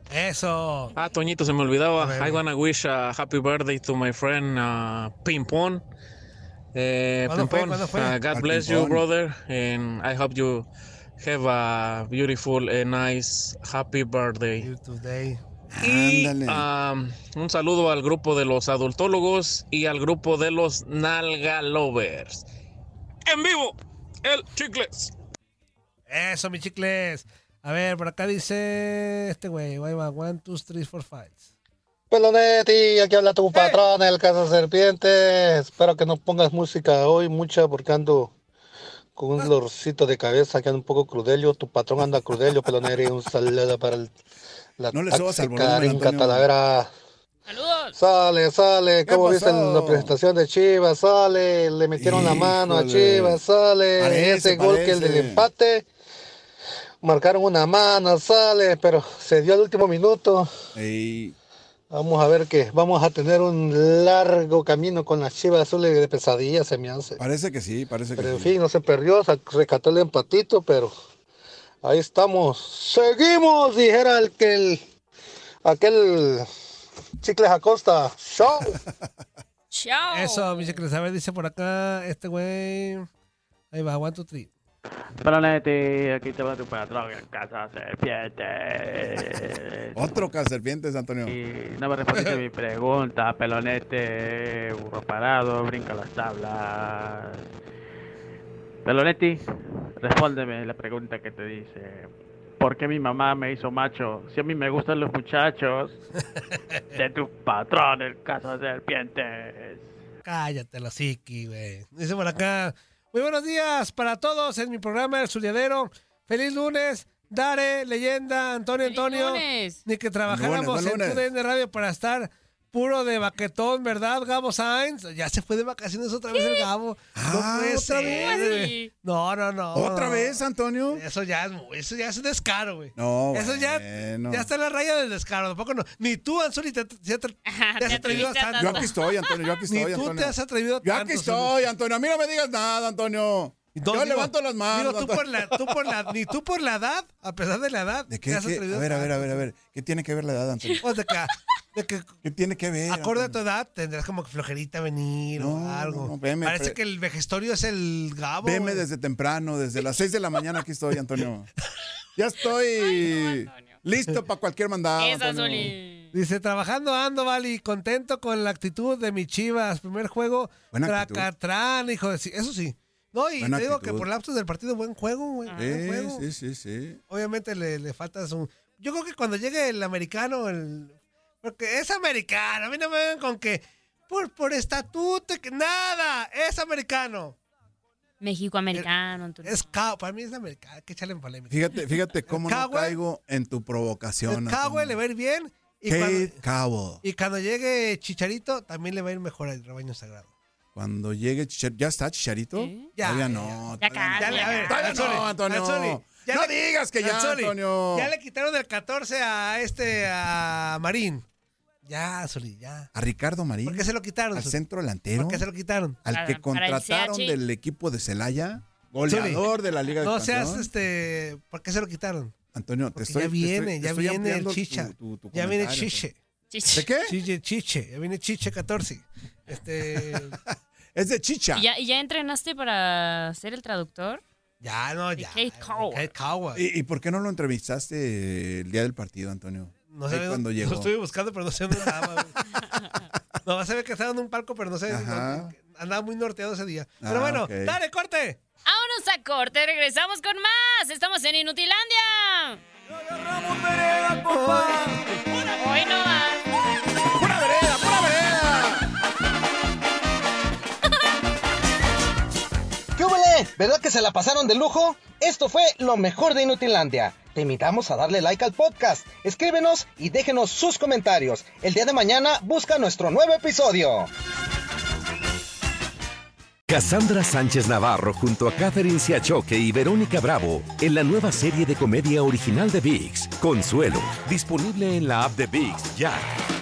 Eso. Ah, Toñito, se me olvidaba. I wanna wish a happy birthday to my friend uh, Ping Pong. Eh, ¿Cuándo Ping fue? Pong, ¿Cuándo fue? uh, Al God bless Ping you, Pong. brother. And I hope you Have a beautiful and nice happy birthday. Y um, un saludo al grupo de los adultólogos y al grupo de los nalga lovers. En vivo, el chicles. Eso, mis chicles. A ver, por acá dice este güey. Ahí va, one, two, three, four, five. Pues Pelonetti, aquí habla tu patrón, el Casa Serpiente. Espero que no pongas música hoy, mucha, porque ando con un dolorcito de cabeza que anda un poco crudelio. Tu patrón anda crudelio, Pelonetti. Un saludo para el, la No le subas al táxica volumen, Arinca Antonio. Talavera. Sale, sale, como dicen la presentación de Chivas, sale, le metieron la mano a Híjole. Chivas, sale, Parece, ese gol que el del parece. empate, marcaron una mano, sale, pero se dio al último minuto. Vamos a ver que vamos a tener un largo camino con las Chivas Azules de pesadilla, se me hace. Parece que sí, parece que Pero en sí. fin, no se perdió, se rescató el empatito, pero ahí estamos. Seguimos, dijera el que el, aquel Chicles Acosta. Show. Chao. Eso, mis chicles. A ver, dice por acá este güey. Ahí va, one, two, three. Planete, aquí te va tu patrón, el casa serpiente. Otro serpientes, Antonio. No me respondiste mi pregunta, pelonete, burro parado, brinca las tablas. Pelonetti, respóndeme la pregunta que te hice. ¿Por qué mi mamá me hizo macho? Si a mí me gustan los muchachos de tu patrón, el casa serpientes. Cállate, la psiqui, güey. Dice por acá. Muy buenos días para todos en mi programa El Zuliadero. Feliz lunes. Dare, leyenda, Antonio, Antonio. Ni que trabajáramos Buen lunes, buen en TUDN Radio para estar puro de baquetón, ¿verdad, Gabo Sainz? Ya se fue de vacaciones otra vez el Gabo. No puede Ah, ¿otra ser, vez? güey. Ah, No, no, no. ¿Otra no. vez, Antonio? Eso ya es, mu- eso ya es un descaro, güey. No, Eso ya, bueno. ya está en la raya del descaro. Tampoco no. Ni tú, Anzuli, te, te- te- te has atrevido a tanto. Yo aquí estoy, Antonio, yo aquí estoy, Ni tú Antonio. te has atrevido Yo aquí tanto, estoy, Antonio. A mí no me digas nada, Antonio. Yo Digo, levanto las manos. digo, tú por la, tú por la, ni tú por la edad, a pesar de la edad, ¿De qué, te has qué? atrevido A ver, a ver, a tanto. ver, a ver. ¿Qué tiene que ver la edad, Antonio? Pues de que, de que ¿Qué tiene que ver? acorde a tu edad tendrás como que flojerita venir o algo. no, veme, Parece pre- que el vejestorio es el gabo. Veme güey. desde temprano, desde las 6 de la mañana aquí estoy, Antonio. Ya estoy listo para cualquier mandado. Antonio. Dice, trabajando ando, Vali, contento con la actitud de mi Chivas. Primer juego, Buena actitud. tracatrán, hijo de... sí, Eso sí. No, y Buena te digo que actitud. por lapsos del partido, buen juego, güey. buen Sí, juego. sí, sí, sí. Obviamente le, le falta su... Yo creo que cuando llegue el americano, el... Porque es americano, a mí no me vengan con que... Por, por estatuto, que nada, es americano. México-americano. Es cao, para mí es americano, hay que echarle en polémica. Fíjate, fíjate cómo no Cowboy. caigo en tu provocación. El cao, güey, le va a ir bien. Y cuando, Kate Cabo. y cuando llegue Chicharito, también le va a ir mejor al rebaño sagrado. Cuando llegue Chichar- ¿Ya está Chicharito? Ya, Todavía no. Ya casi. Ya, le- a ver, Todavía Anzoli, no, Antonio. Anzoli, ya no le- digas que ya, Anzoli, Antonio. Ya le quitaron del 14 a este, a Marín. Ya, Anzoli, ya. A Ricardo Marín. ¿Por qué se lo quitaron? Al Sol? centro delantero. ¿Por qué se lo quitaron? Al que contrataron del equipo de Celaya. Goleador Anzoli, de la Liga de No Campeones. seas, este, ¿por qué se lo quitaron? Antonio, te Porque estoy ya viene, te ya estoy viene el ampliando chicha. tu- tu- tu ya viene el comentario, chiche. Chiche. ¿De qué? Chiche, chiche. Ya viene chiche 14. Este... es de chicha. ¿Y ya, y ya entrenaste para ser el traductor? Ya, no, ya. Kate Cowell. Kate Cowell. ¿Y, y por qué no lo entrevistaste el día del partido, Antonio? No Ahí sé, cuando no- llegó. Lo estuve buscando, pero no sé dónde andaba. güey. no, vas a ver que estaba en un palco, pero no sé. Ajá. no- andaba muy norteado ese día. Pero Ah, bueno, ok. dale, corte. Vámonos a corte, regresamos con más. Estamos en Inutilandia. Hoy no va. ¡Pura vereda, pura vereda! ¿Qué hubole? ¿Verdad que se la pasaron de lujo? Esto fue lo mejor de Inutilandia. Te invitamos a darle like al podcast. Escríbenos y déjenos sus comentarios. El día de mañana busca nuestro nuevo episodio. Cassandra Sánchez Navarro junto a Catherine Siachoque y Verónica Bravo en la nueva serie de comedia original de VIX, Consuelo, disponible en la app de VIX ya.